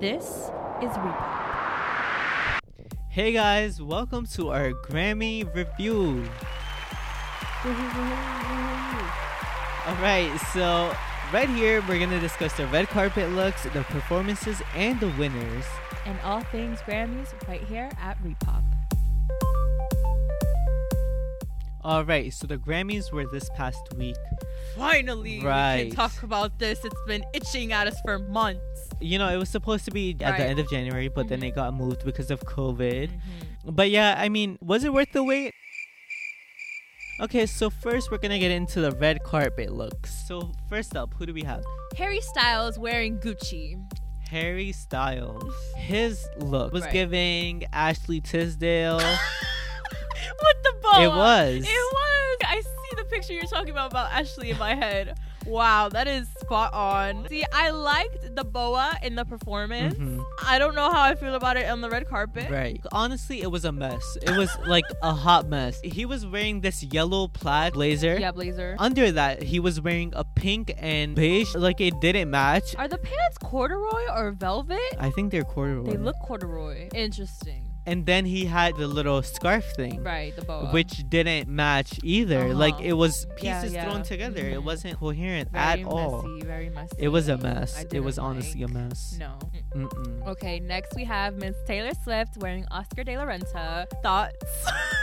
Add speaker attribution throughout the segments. Speaker 1: This is Repop.
Speaker 2: Hey guys, welcome to our Grammy review. All right, so right here we're gonna discuss the red carpet looks, the performances, and the winners.
Speaker 1: And all things Grammys right here at Repop.
Speaker 2: All right, so the Grammys were this past week.
Speaker 3: Finally, we
Speaker 2: Right.
Speaker 3: can talk about this. It's been itching at us for months.
Speaker 2: You know, it was supposed to be at
Speaker 3: Right.
Speaker 2: the end of January, but then it got moved because of COVID. But yeah, I mean, was it worth the wait? Okay, so first we're gonna get into the red carpet looks. So first up, who do we have?
Speaker 3: Harry Styles wearing Gucci.
Speaker 2: Harry Styles. His look was
Speaker 3: Right.
Speaker 2: giving Ashley Tisdale.
Speaker 3: With the boa.
Speaker 2: It was.
Speaker 3: It was. I see the picture you're talking about about Ashley in my head. Wow, that is spot on. See, I liked the boa in the performance.
Speaker 2: Mhm.
Speaker 3: I don't know how I feel about it on the red carpet.
Speaker 2: Right. Honestly, it was a mess. It was like a hot mess. He was wearing this yellow plaid blazer.
Speaker 3: Yeah, blazer.
Speaker 2: Under that, he was wearing a pink and beige. Like it didn't match.
Speaker 3: Are the pants corduroy or velvet?
Speaker 2: I think they're corduroy.
Speaker 3: They look corduroy. Interesting.
Speaker 2: and then he had the little scarf thing.
Speaker 3: Right, the boa.
Speaker 2: Which didn't match either.
Speaker 3: Uh-huh.
Speaker 2: Like it was
Speaker 3: Yeah,
Speaker 2: pieces
Speaker 3: yeah.
Speaker 2: thrown together. It
Speaker 3: Mhm.
Speaker 2: wasn't coherent
Speaker 3: very
Speaker 2: at
Speaker 3: messy,
Speaker 2: all.
Speaker 3: Very messy.
Speaker 2: It was a
Speaker 3: I
Speaker 2: mess. It
Speaker 3: didn't
Speaker 2: was honestly a
Speaker 3: like-
Speaker 2: mess.
Speaker 3: No. Mm,
Speaker 2: Mm-mm.
Speaker 3: Okay, next we have Miss Taylor Swift wearing Oscar de la Renta. Thoughts?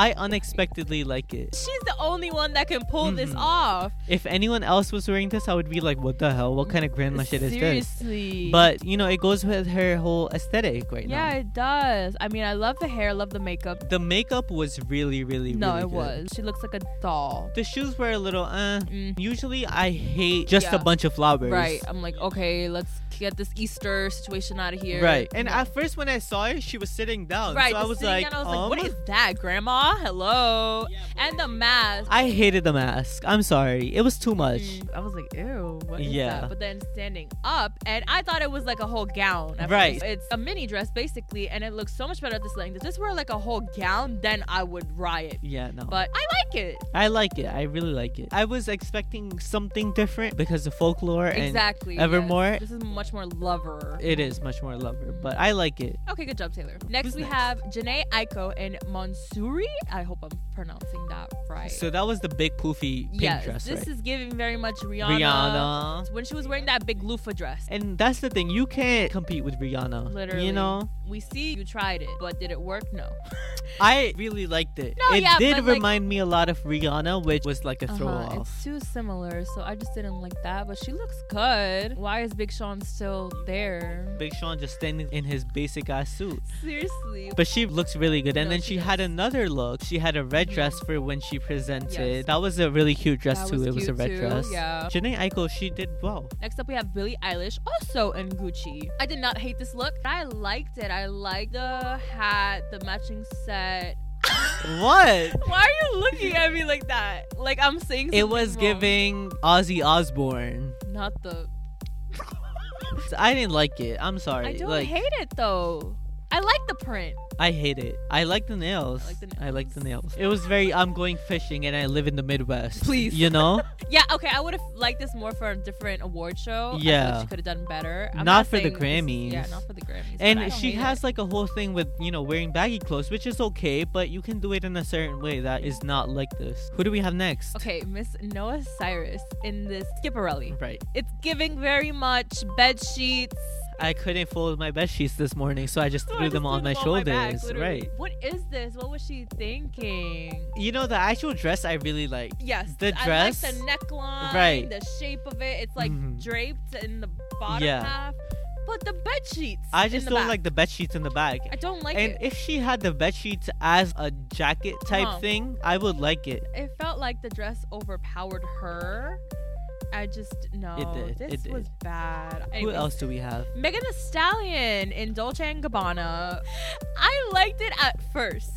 Speaker 2: I unexpectedly like it.
Speaker 3: She's the only one that can pull this
Speaker 2: Mhm.
Speaker 3: off.
Speaker 2: If anyone else was wearing this, I would be like, what the hell? What kind of grandma shit is this?
Speaker 3: Seriously.
Speaker 2: But, you know, it goes with her whole aesthetic right
Speaker 3: yeah,
Speaker 2: now.
Speaker 3: it does. I mean, I love the hair, love the makeup.
Speaker 2: The makeup was really, really,
Speaker 3: no,
Speaker 2: really
Speaker 3: it
Speaker 2: good.
Speaker 3: was. She looks like a doll.
Speaker 2: The shoes were a little, uh.
Speaker 3: Mm.
Speaker 2: Usually I hate just
Speaker 3: Yeah.
Speaker 2: a bunch of flowers.
Speaker 3: Right. I'm like, okay, let's get this Easter situation out of here.
Speaker 2: Right. And
Speaker 3: No.
Speaker 2: at first when I saw her, she was sitting down.
Speaker 3: right.
Speaker 2: So I
Speaker 3: the
Speaker 2: was,
Speaker 3: sitting
Speaker 2: like,
Speaker 3: down, I was like,
Speaker 2: um,
Speaker 3: what is that, Grandma? Hello. and the mask.
Speaker 2: I hated the mask. I'm sorry. It was too much.
Speaker 3: Mm. I was like, ew, what is
Speaker 2: Yeah.
Speaker 3: that? But then standing up, and I thought it was like a whole gown. at
Speaker 2: Right.
Speaker 3: first. It's a mini dress, basically, and it looks so much better at this length. If this were like a whole gown, then I would riot.
Speaker 2: Yeah, no.
Speaker 3: But I like it.
Speaker 2: I like it. I really like it. I was expecting something different because of folklore and
Speaker 3: exactly. yes.
Speaker 2: Evermore.
Speaker 3: This is much more lover.
Speaker 2: It is much more lover, but I like it.
Speaker 3: Okay, good job, Taylor. Next,
Speaker 2: Who's
Speaker 3: we
Speaker 2: next?
Speaker 3: have Janae Aiko and Monsuri. I hope I'm pronouncing that right.
Speaker 2: So that was the big poofy pink
Speaker 3: yes,
Speaker 2: dress,
Speaker 3: this
Speaker 2: right?
Speaker 3: is giving very much Rihanna.
Speaker 2: Rihanna.
Speaker 3: When she was wearing that big loofah dress.
Speaker 2: And that's the thing, you can't compete with Rihanna.
Speaker 3: Literally.
Speaker 2: You know?
Speaker 3: We see you tried it, but did it work? No.
Speaker 2: I really liked it.
Speaker 3: No,
Speaker 2: it
Speaker 3: yeah,
Speaker 2: did
Speaker 3: but, like-
Speaker 2: remind me a lot of Rihanna, which was like a throw
Speaker 3: Uh-huh,
Speaker 2: off.
Speaker 3: It's too similar, so I just didn't like that. But she looks good. Why is Big Sean still there?
Speaker 2: Big Sean just standing in his basic ass suit.
Speaker 3: Seriously.
Speaker 2: But she looks really good. And
Speaker 3: No,
Speaker 2: then
Speaker 3: she
Speaker 2: she, had
Speaker 3: does.
Speaker 2: another look. She had a red
Speaker 3: Mhm.
Speaker 2: dress for when she presented.
Speaker 3: Yes.
Speaker 2: That was a really cute dress
Speaker 3: That
Speaker 2: too.
Speaker 3: was
Speaker 2: it was a
Speaker 3: cute,
Speaker 2: red
Speaker 3: too,
Speaker 2: dress.
Speaker 3: yeah.
Speaker 2: Janae Eichel, she did well.
Speaker 3: Next up, we have Billie Eilish, also in Gucci. I did not hate this look. I liked it. I liked the hat, the matching set.
Speaker 2: What?
Speaker 3: Why are you looking at me like that? Like I'm saying something
Speaker 2: It was
Speaker 3: wrong.
Speaker 2: giving Ozzy Osbourne.
Speaker 3: Not the.
Speaker 2: I didn't like it. I'm sorry.
Speaker 3: I don't
Speaker 2: like
Speaker 3: hate it though. I like the print.
Speaker 2: I hate it. I like the nails.
Speaker 3: I like the
Speaker 2: I like the
Speaker 3: nails.
Speaker 2: nails. It was very I'm going fishing and I live in the Midwest.
Speaker 3: Please.
Speaker 2: You know?
Speaker 3: Yeah, okay. I would have liked this more for a different award show. I
Speaker 2: Yeah.
Speaker 3: thought she could have done better.
Speaker 2: Not
Speaker 3: I'm
Speaker 2: for
Speaker 3: saying
Speaker 2: the
Speaker 3: this is- yeah,
Speaker 2: Grammys.
Speaker 3: not for the Grammys. but I
Speaker 2: and
Speaker 3: don't
Speaker 2: she
Speaker 3: hate
Speaker 2: has
Speaker 3: it.
Speaker 2: like a whole thing with, you know, wearing baggy clothes, which is okay, but you can do it in a certain way that is not like this. Who do we have next?
Speaker 3: Okay, Miss Noah Cyrus in this Skipperelli.
Speaker 2: Right.
Speaker 3: It's giving very much bed sheets.
Speaker 2: I couldn't fold my bed sheets this morning, so I just
Speaker 3: So I
Speaker 2: threw
Speaker 3: just
Speaker 2: them on my
Speaker 3: back,
Speaker 2: shoulders.
Speaker 3: literally.
Speaker 2: right.
Speaker 3: What is this? What was she thinking?
Speaker 2: You know, the actual dress I really like.
Speaker 3: Yes.
Speaker 2: The
Speaker 3: I like
Speaker 2: dress.
Speaker 3: the neckline.
Speaker 2: Right.
Speaker 3: The shape of it. It's like
Speaker 2: Mhm.
Speaker 3: draped in the bottom
Speaker 2: Yeah.
Speaker 3: half. But the bed sheets.
Speaker 2: I
Speaker 3: in
Speaker 2: just
Speaker 3: the
Speaker 2: don't
Speaker 3: back.
Speaker 2: like the bed sheets in the back.
Speaker 3: I don't like
Speaker 2: and
Speaker 3: it.
Speaker 2: if she had the bed sheets as a jacket type
Speaker 3: Uh-huh.
Speaker 2: thing, I would like it.
Speaker 3: it felt like the dress overpowered her. I just no.
Speaker 2: did,
Speaker 3: This
Speaker 2: it
Speaker 3: was
Speaker 2: did.
Speaker 3: bad.
Speaker 2: Who
Speaker 3: Anyways,
Speaker 2: else do we have?
Speaker 3: Megan the Stallion in Dolce and Gabbana. I liked it at first.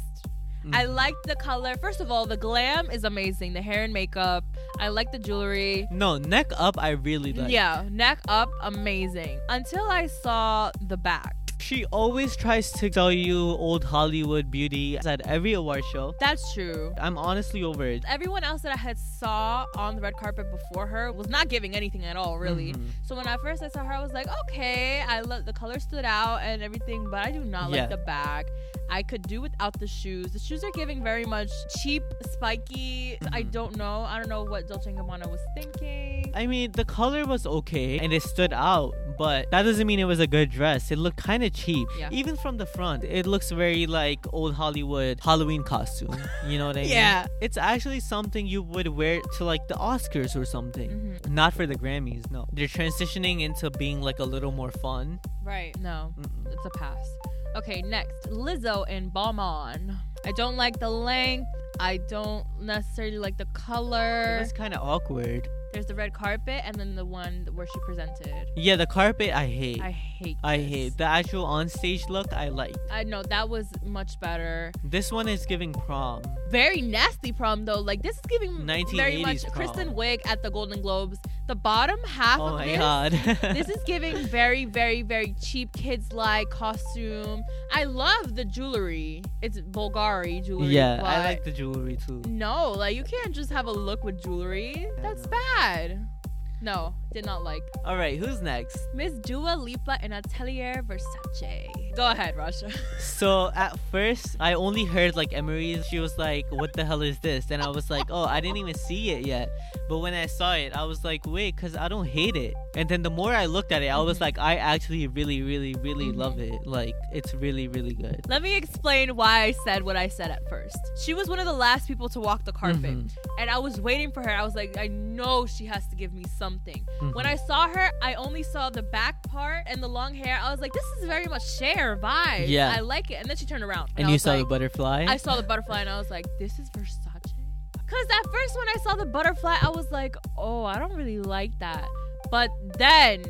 Speaker 3: I
Speaker 2: Mm.
Speaker 3: liked the color. First of all, the glam is amazing. The hair and makeup. I like the jewelry.
Speaker 2: Mm. No, neck up I really like.
Speaker 3: yeah, neck up, amazing. Until I saw the back.
Speaker 2: She always tries to sell you old Hollywood beauty at every award show.
Speaker 3: That's true.
Speaker 2: I'm honestly over it.
Speaker 3: Everyone else that I had saw on the red carpet before her was not giving anything at all, really.
Speaker 2: Mhm.
Speaker 3: So when I first I saw her, I was like, okay, I love the color stood out and everything, but I do not
Speaker 2: Yeah.
Speaker 3: like the bag. I could do without the shoes. The shoes are giving very much cheap, spiky. I
Speaker 2: Mhm.
Speaker 3: don't know. I don't know what Dolce & Gabbana was thinking.
Speaker 2: I mean, the color was okay and it stood out, but that doesn't mean it was a good dress. It looked kind of cheap.
Speaker 3: Yeah.
Speaker 2: Even from the front, it looks very like old Hollywood Halloween costume. You know what I mean?
Speaker 3: Yeah.
Speaker 2: It's actually something you would wear to like the Oscars or something.
Speaker 3: Mhm.
Speaker 2: Not for the Grammys, no. They're transitioning into being like a little more fun.
Speaker 3: Right. No,
Speaker 2: Mm-mm.
Speaker 3: it's a pass. Okay, next. Lizzo and Balmain. I don't like the length. I don't necessarily like the
Speaker 2: It
Speaker 3: color.
Speaker 2: was kind of awkward.
Speaker 3: There's the red carpet and then the one where she presented.
Speaker 2: Yeah, the carpet I hate.
Speaker 3: I
Speaker 2: I,
Speaker 3: hate this.
Speaker 2: hate. The actual onstage look I like.
Speaker 3: I know that was much better.
Speaker 2: This one is giving prom.
Speaker 3: Very nasty prom though. Like this is giving very
Speaker 2: 1980s
Speaker 3: much
Speaker 2: prom.
Speaker 3: Kristen Wiig at the Golden Globes. The bottom half
Speaker 2: Oh
Speaker 3: of
Speaker 2: my
Speaker 3: this
Speaker 2: god.
Speaker 3: this is giving very, very, very cheap kids like costume. I love the jewelry. It's Bulgari jewelry.
Speaker 2: Yeah,
Speaker 3: but
Speaker 2: I like the jewelry too.
Speaker 3: No, like you can't just have a look with jewelry. That's
Speaker 2: no.
Speaker 3: bad. No, did not like.
Speaker 2: All right, who's next?
Speaker 3: Miss Dua Lipa and Atelier Versace. Go ahead, Rasha.
Speaker 2: So at first, I only heard like Emery. She was like, "What the hell is this?" And I was like, "Oh, I didn't even see it yet." But when I saw it, I was like, "Wait, cause I don't hate it." And then the more I looked at it, I was
Speaker 3: Mhm.
Speaker 2: like, "I actually really, really, really
Speaker 3: Mhm.
Speaker 2: love it. Like, it's really, really good."
Speaker 3: Let me explain why I said what I said at first. She was one of the last people to walk the carpet,
Speaker 2: Mhm,
Speaker 3: and I was waiting for her. I was like, I know she has to give me something.
Speaker 2: mhm.
Speaker 3: When I saw her, I only saw the back part and the long hair. I was like, this is very much Cher vibe.
Speaker 2: Yeah.
Speaker 3: I like it. And then she turned around.
Speaker 2: and
Speaker 3: I
Speaker 2: you
Speaker 3: was
Speaker 2: saw the
Speaker 3: like,
Speaker 2: butterfly.
Speaker 3: I saw the butterfly and I was like, this is Versace? Because at first, when I saw the butterfly, I was like, oh, I don't really like that. But then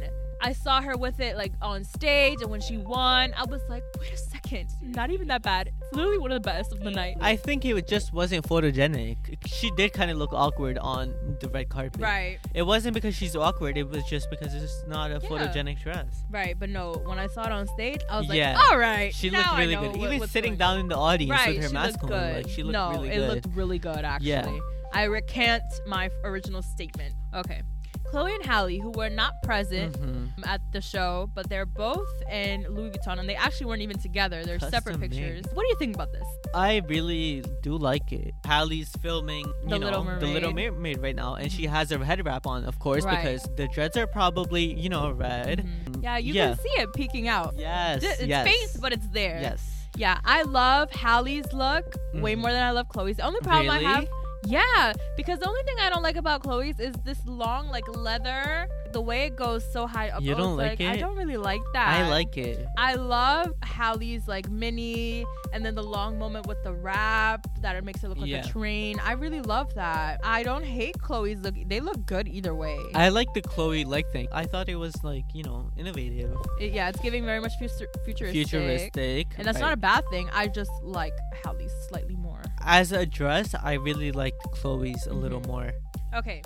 Speaker 3: I saw her with it like on stage and when she won, I was like, wait a second, not even that bad. It's literally one of the best of the night.
Speaker 2: I think it just wasn't photogenic. She did kind of look awkward on the red carpet.
Speaker 3: Right,
Speaker 2: It wasn't because she's awkward. It was just because it's not a
Speaker 3: Yeah.
Speaker 2: photogenic dress.
Speaker 3: right. But no, when I saw it on stage, I was like,
Speaker 2: Yeah.
Speaker 3: all right.
Speaker 2: She
Speaker 3: now
Speaker 2: looked
Speaker 3: I
Speaker 2: really
Speaker 3: know
Speaker 2: good.
Speaker 3: what-
Speaker 2: Even
Speaker 3: what's
Speaker 2: sitting
Speaker 3: going
Speaker 2: down in the audience
Speaker 3: right,
Speaker 2: with her
Speaker 3: she
Speaker 2: mask
Speaker 3: looked
Speaker 2: on,
Speaker 3: good.
Speaker 2: like she looked
Speaker 3: no,
Speaker 2: really
Speaker 3: it
Speaker 2: good.
Speaker 3: looked really good actually.
Speaker 2: Yeah.
Speaker 3: I recant my f- original statement. Okay, Chloe and Hallie, who were not present
Speaker 2: Mhm.
Speaker 3: at the show, but they're both in Louis Vuitton, and they actually weren't even together. They're separate
Speaker 2: Custom made.
Speaker 3: pictures. What do you think about this?
Speaker 2: I really do like it. Hallie's filming, you
Speaker 3: The
Speaker 2: know,
Speaker 3: Little
Speaker 2: the Little
Speaker 3: Mermaid. Mm-hmm.
Speaker 2: Mermaid right now, and she has her head wrap on, of course,
Speaker 3: Right.
Speaker 2: because the dreads are probably, you know, red.
Speaker 3: Mhm. Yeah, you
Speaker 2: Yeah.
Speaker 3: can see it peeking out.
Speaker 2: Yes,
Speaker 3: D- Mm-hmm. It's
Speaker 2: yes,
Speaker 3: faint, but it's there.
Speaker 2: yes.
Speaker 3: Yeah, I love Hallie's look way
Speaker 2: Mhm.
Speaker 3: more than I love Chloe's. The only problem
Speaker 2: Really?
Speaker 3: I have, yeah, because the only thing I don't like about Chloe's is this long like leather, the way it goes so high up.
Speaker 2: You
Speaker 3: I was
Speaker 2: don't like
Speaker 3: I
Speaker 2: it?
Speaker 3: don't really like that.
Speaker 2: I like it.
Speaker 3: I love Hallie's like mini, and then the long moment with the wrap that it makes it look like
Speaker 2: Yeah.
Speaker 3: a train. I really love that. I don't hate Chloe's look. They look good either way.
Speaker 2: I like the Chloe like thing. I thought it was like, you know, innovative,
Speaker 3: It- yeah, it's giving very much future- futuristic.
Speaker 2: futuristic.
Speaker 3: And that's not a bad thing. I just like Hallie's slightly more.
Speaker 2: As a dress, I really liked Chloe's a little
Speaker 3: Mm-hmm.
Speaker 2: more.
Speaker 3: Okay.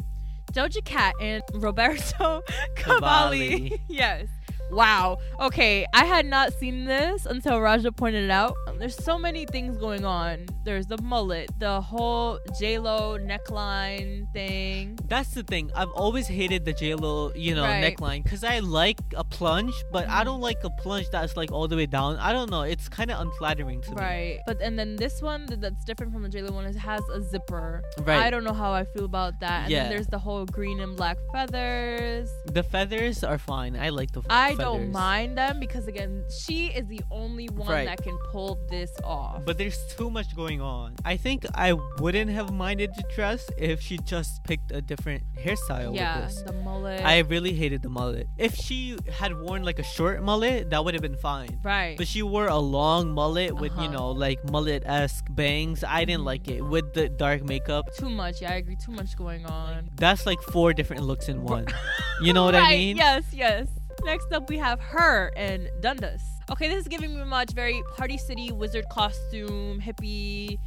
Speaker 3: Doja Cat and Roberto Cavalli.
Speaker 2: Cavalli.
Speaker 3: yes. Wow. Okay, I had not seen this until Raja pointed it out. Um, There's so many things going on. There's the mullet, the whole J Lo neckline thing.
Speaker 2: That's the thing. I've always hated the JLo, you know,
Speaker 3: Right. Mm-hmm.
Speaker 2: neckline because I like a plunge, but I don't like a plunge that's like all the way down. I don't know. It's kind of unflattering to
Speaker 3: Right. But and then this one th- that's different from the J Lo one is has a zipper.
Speaker 2: me. Right.
Speaker 3: I don't know how I feel about that. And
Speaker 2: Yeah.
Speaker 3: then there's the whole green and black feathers.
Speaker 2: the feathers are fine. I like the. f-
Speaker 3: I
Speaker 2: feathers.
Speaker 3: don't mind them because again, she is the only one
Speaker 2: Right.
Speaker 3: that can pull this off.
Speaker 2: But there's too much going on. I think I wouldn't have minded the dress if she just picked a different hairstyle
Speaker 3: yeah,
Speaker 2: with this.
Speaker 3: the mullet.
Speaker 2: I really hated the mullet. If she had worn like a short mullet, that would have been fine.
Speaker 3: right.
Speaker 2: But she wore a long mullet with, you
Speaker 3: Uh-huh.
Speaker 2: know, like mullet esque bangs. I didn't
Speaker 3: Mhm.
Speaker 2: like it. With the dark makeup,
Speaker 3: too much. Yeah, I agree. Too much going on.
Speaker 2: that's like four different looks in one. You know what I
Speaker 3: Right,
Speaker 2: mean?
Speaker 3: Yes. Yes. Next up, we have her and Dundas. Okay, this is giving me much very party city wizard costume hippie.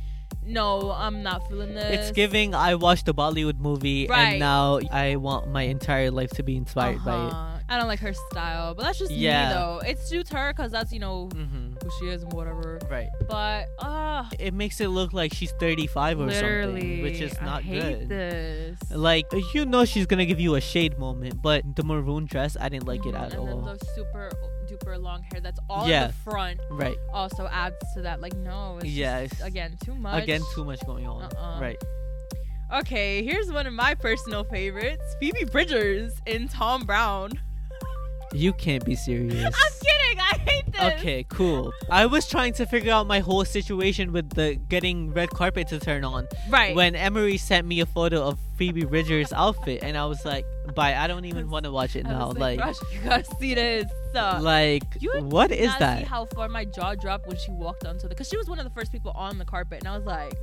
Speaker 3: No, I'm not feeling this.
Speaker 2: It's giving I watched a Bollywood movie
Speaker 3: Right.
Speaker 2: and now I want my entire life to be inspired by it.
Speaker 3: Uh-huh. I don't like her style, but that's just
Speaker 2: Yeah.
Speaker 3: me though. It suits her because that's you know
Speaker 2: hmm
Speaker 3: who she is and whatever.
Speaker 2: Right.
Speaker 3: But uh
Speaker 2: It makes it look like she's 35 or
Speaker 3: literally,
Speaker 2: something, which is not
Speaker 3: I hate
Speaker 2: good.
Speaker 3: This.
Speaker 2: Like you know she's gonna give you a shade moment, but the maroon dress, I didn't like it
Speaker 3: Mhm,
Speaker 2: at
Speaker 3: and
Speaker 2: all.
Speaker 3: then the super duper long hair that's all
Speaker 2: Yeah.
Speaker 3: in the front
Speaker 2: Right.
Speaker 3: also adds to that. Like no, it's
Speaker 2: Yeah,
Speaker 3: just,
Speaker 2: it's-
Speaker 3: again too much.
Speaker 2: Again, too much going on.
Speaker 3: Uh-uh.
Speaker 2: Right.
Speaker 3: Okay, here's one of my personal favorites: Phoebe Bridgers in Tom Brown.
Speaker 2: You can't be serious.
Speaker 3: I'm kidding. I hate this.
Speaker 2: Okay, cool. I was trying to figure out my whole situation with the getting red carpet to turn on
Speaker 3: Right.
Speaker 2: when Emery sent me a photo of Phoebe Bridgers' outfit, and I was like, "Bye, I don't even want to watch it
Speaker 3: I
Speaker 2: now."
Speaker 3: was like,
Speaker 2: Like,
Speaker 3: "Rush, you gotta see this. Uh,
Speaker 2: like,
Speaker 3: you
Speaker 2: what
Speaker 3: did
Speaker 2: is
Speaker 3: not See
Speaker 2: that?
Speaker 3: how far my jaw dropped when she walked onto the. Because she was one of the first people on the carpet, and I was like,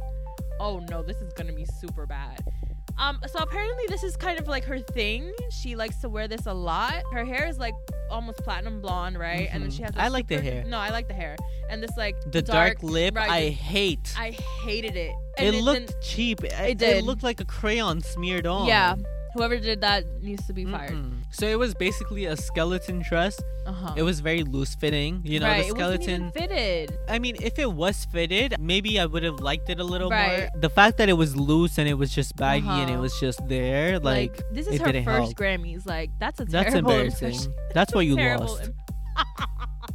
Speaker 3: "Oh no, this is gonna be super bad." Um, so apparently this is kind of like her thing. She likes to wear this a lot. Her hair is like almost platinum blonde, right? And then
Speaker 2: Mhm.
Speaker 3: she has.
Speaker 2: I
Speaker 3: this
Speaker 2: like the
Speaker 3: super-
Speaker 2: hair.
Speaker 3: No, I like the hair and this like
Speaker 2: the dark, lip,
Speaker 3: right,
Speaker 2: I
Speaker 3: the-
Speaker 2: hate.
Speaker 3: I hated it. And
Speaker 2: it
Speaker 3: then-
Speaker 2: looked cheap. It, it
Speaker 3: did.
Speaker 2: looked like a crayon smeared on.
Speaker 3: Yeah, whoever did that needs to be fired.
Speaker 2: Mm-mm. So it was basically a skeleton dress.
Speaker 3: Uh huh.
Speaker 2: It was very loose fitting. You know,
Speaker 3: right.
Speaker 2: the
Speaker 3: It
Speaker 2: skeleton.
Speaker 3: wasn't even fitted.
Speaker 2: I mean, if it was fitted, maybe I would have liked it a little
Speaker 3: Right.
Speaker 2: more. The fact that it was loose and it was just baggy and it
Speaker 3: Uh-huh.
Speaker 2: was just there, like,
Speaker 3: like, this is
Speaker 2: it
Speaker 3: her
Speaker 2: didn't
Speaker 3: first
Speaker 2: help.
Speaker 3: Grammys. Like that's a
Speaker 2: that's
Speaker 3: terrible
Speaker 2: embarrassing.
Speaker 3: impression.
Speaker 2: That's why you
Speaker 3: Terrible
Speaker 2: lost.
Speaker 3: im-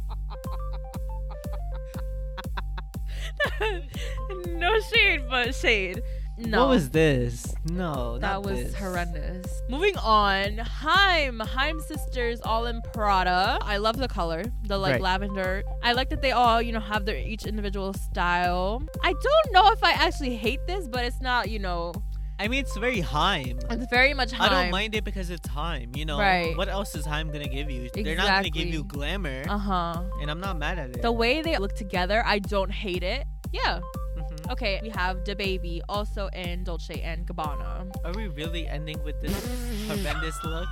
Speaker 3: no shade, but shade. No,
Speaker 2: What was this? No,
Speaker 3: that
Speaker 2: not
Speaker 3: was
Speaker 2: this.
Speaker 3: horrendous. Moving on, Heim, Heim sisters, all in Prada. I love the color, the like
Speaker 2: Right.
Speaker 3: lavender. I like that they all, you know, have their each individual style. I don't know if I actually hate this, but it's not, you know,
Speaker 2: I mean, it's very Heim.
Speaker 3: it's very much Heim.
Speaker 2: I don't mind it because it's Heim. You know,
Speaker 3: Right.
Speaker 2: what else is Heim gonna give you? They're not gonna give you
Speaker 3: Exactly.
Speaker 2: glamour,
Speaker 3: Uh huh.
Speaker 2: and I'm not mad at it.
Speaker 3: The way they look together, I don't hate it. Yeah.
Speaker 2: Mhm.
Speaker 3: Okay, we have the baby also in Dolce and Gabbana.
Speaker 2: Are we really ending with this horrendous look?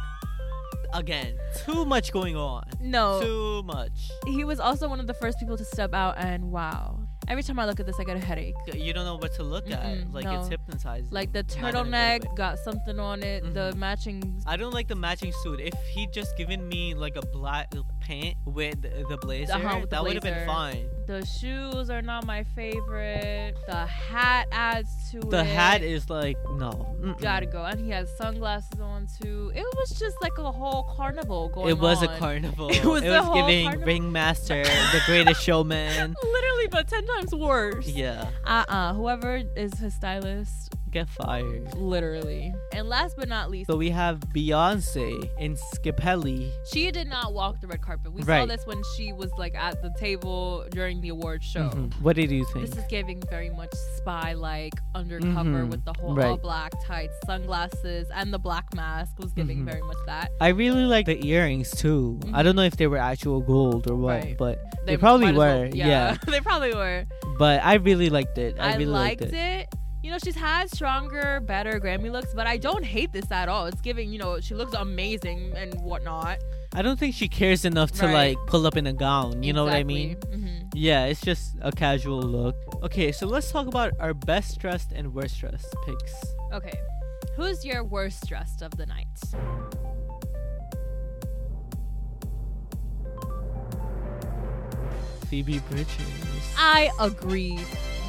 Speaker 2: Again, too much going on.
Speaker 3: No,
Speaker 2: Too much.
Speaker 3: he was also one of the first people to step out, and wow. Every time I look at this, I get a headache.
Speaker 2: you don't know what to look at.
Speaker 3: Mm-mm,
Speaker 2: Like
Speaker 3: no.
Speaker 2: it's hypnotizing.
Speaker 3: Like the
Speaker 2: Not gonna go with
Speaker 3: turtleneck
Speaker 2: it.
Speaker 3: got something on it, the
Speaker 2: Mhm.
Speaker 3: matching.
Speaker 2: I don't like the matching suit. If he just given me like a black pant with the blazer,
Speaker 3: Uh-huh, with the
Speaker 2: that would have been
Speaker 3: blazer.
Speaker 2: fine.
Speaker 3: The shoes are not my favorite. The hat adds to it.
Speaker 2: The hat is like no. mm-mm.
Speaker 3: Gotta go. And he has sunglasses on too. It was just like a whole carnival going on.
Speaker 2: It was a carnival.
Speaker 3: It was the whole
Speaker 2: giving
Speaker 3: carnival.
Speaker 2: Ringmaster, the greatest showman.
Speaker 3: Literally, but 10 times worse.
Speaker 2: Yeah,
Speaker 3: Uh uh Whoever is his stylist,
Speaker 2: get fired.
Speaker 3: literally. And last but not least,
Speaker 2: So we have Beyonce in Scapelli.
Speaker 3: She did not walk the red carpet. We saw
Speaker 2: Right.
Speaker 3: this when she was like at the table during the award show.
Speaker 2: Mhm. What did you think?
Speaker 3: This is giving very much spy like undercover
Speaker 2: Mhm.
Speaker 3: with the whole all
Speaker 2: Right.
Speaker 3: black tights, sunglasses, and the black mask was giving
Speaker 2: Mhm.
Speaker 3: very much that.
Speaker 2: I really like the earrings too. I don't know if they were actual gold or what,
Speaker 3: Mm-hmm. Right.
Speaker 2: but They probably
Speaker 3: might as well-
Speaker 2: were, yeah.
Speaker 3: they probably were.
Speaker 2: but I really liked it. I,
Speaker 3: I,
Speaker 2: really
Speaker 3: liked
Speaker 2: liked,
Speaker 3: it.
Speaker 2: it.
Speaker 3: You know, she's had stronger, better Grammy looks, but I don't hate this at all. It's giving, you know, she looks amazing and whatnot.
Speaker 2: I don't think she cares enough to
Speaker 3: Right.
Speaker 2: like pull up in a gown. You know what I mean?
Speaker 3: hmm
Speaker 2: Yeah, it's just a casual look. Okay, so let's talk about our best dressed and worst dressed picks.
Speaker 3: Okay. Who's your worst dressed of the night?
Speaker 2: Phoebe Bridgers.
Speaker 3: I agree.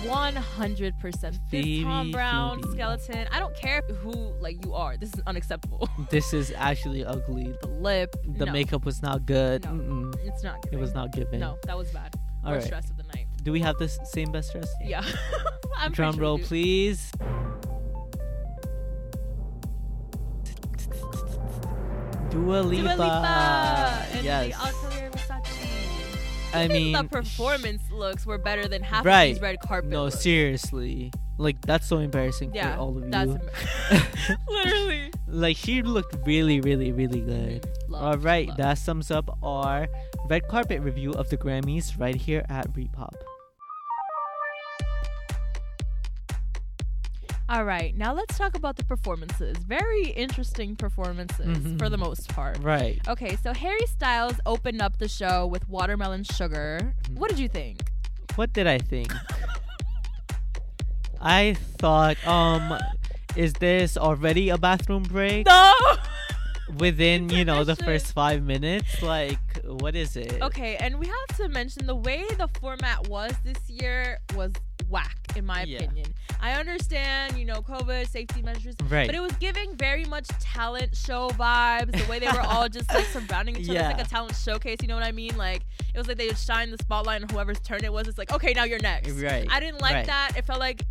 Speaker 3: 100%. This Tom
Speaker 2: Phoebe,
Speaker 3: Brown
Speaker 2: Phoebe.
Speaker 3: skeleton. I don't care who like you are. This is unacceptable.
Speaker 2: this is actually ugly.
Speaker 3: the lip,
Speaker 2: The
Speaker 3: no,
Speaker 2: makeup was not good.
Speaker 3: No.
Speaker 2: Mm-mm.
Speaker 3: It's not.
Speaker 2: It
Speaker 3: Giving.
Speaker 2: was not given.
Speaker 3: No, that was bad.
Speaker 2: All
Speaker 3: worst
Speaker 2: right.
Speaker 3: dress of the night.
Speaker 2: Do we have the s- same best dressed?
Speaker 3: Yeah. I'm pretty
Speaker 2: Drum
Speaker 3: sure
Speaker 2: roll,
Speaker 3: we do.
Speaker 2: please. Dua Lipa.
Speaker 3: Dua Lipa and
Speaker 2: yes.
Speaker 3: the Atelier Versace.
Speaker 2: I
Speaker 3: Even
Speaker 2: mean,
Speaker 3: the performance looks were better than half
Speaker 2: Right.
Speaker 3: of these red carpet.
Speaker 2: No,
Speaker 3: looks.
Speaker 2: seriously. Like that's so embarrassing
Speaker 3: Yeah,
Speaker 2: for all of you.
Speaker 3: that's literally.
Speaker 2: like she looked really, really, really good.
Speaker 3: Love,
Speaker 2: all right,
Speaker 3: love.
Speaker 2: that sums up our red carpet review of the Grammys right here at Repop.
Speaker 3: All right, now let's talk about the performances. Very interesting performances
Speaker 2: Mhm.
Speaker 3: for the most part.
Speaker 2: Right.
Speaker 3: Okay, so Harry Styles opened up the show with Watermelon Sugar.
Speaker 2: Mhm.
Speaker 3: What did you think?
Speaker 2: What did I think? I thought, um, is this already a bathroom break?
Speaker 3: No!
Speaker 2: within you know the
Speaker 3: Intermission.
Speaker 2: first five minutes. Like, what is it?
Speaker 3: Okay, and we have to mention the way the format was this year was whack, in my
Speaker 2: Yeah.
Speaker 3: opinion. I understand, you know, COVID, safety measures,
Speaker 2: Right.
Speaker 3: but it was giving very much talent show vibes. The way they were all just like surrounding each other,
Speaker 2: Yeah.
Speaker 3: it's like a talent showcase. You know what I mean? Like it was like they would shine the spotlight on whoever's turn it was. It's like, okay, now you're next.
Speaker 2: Right.
Speaker 3: I didn't like
Speaker 2: right.
Speaker 3: that. It felt like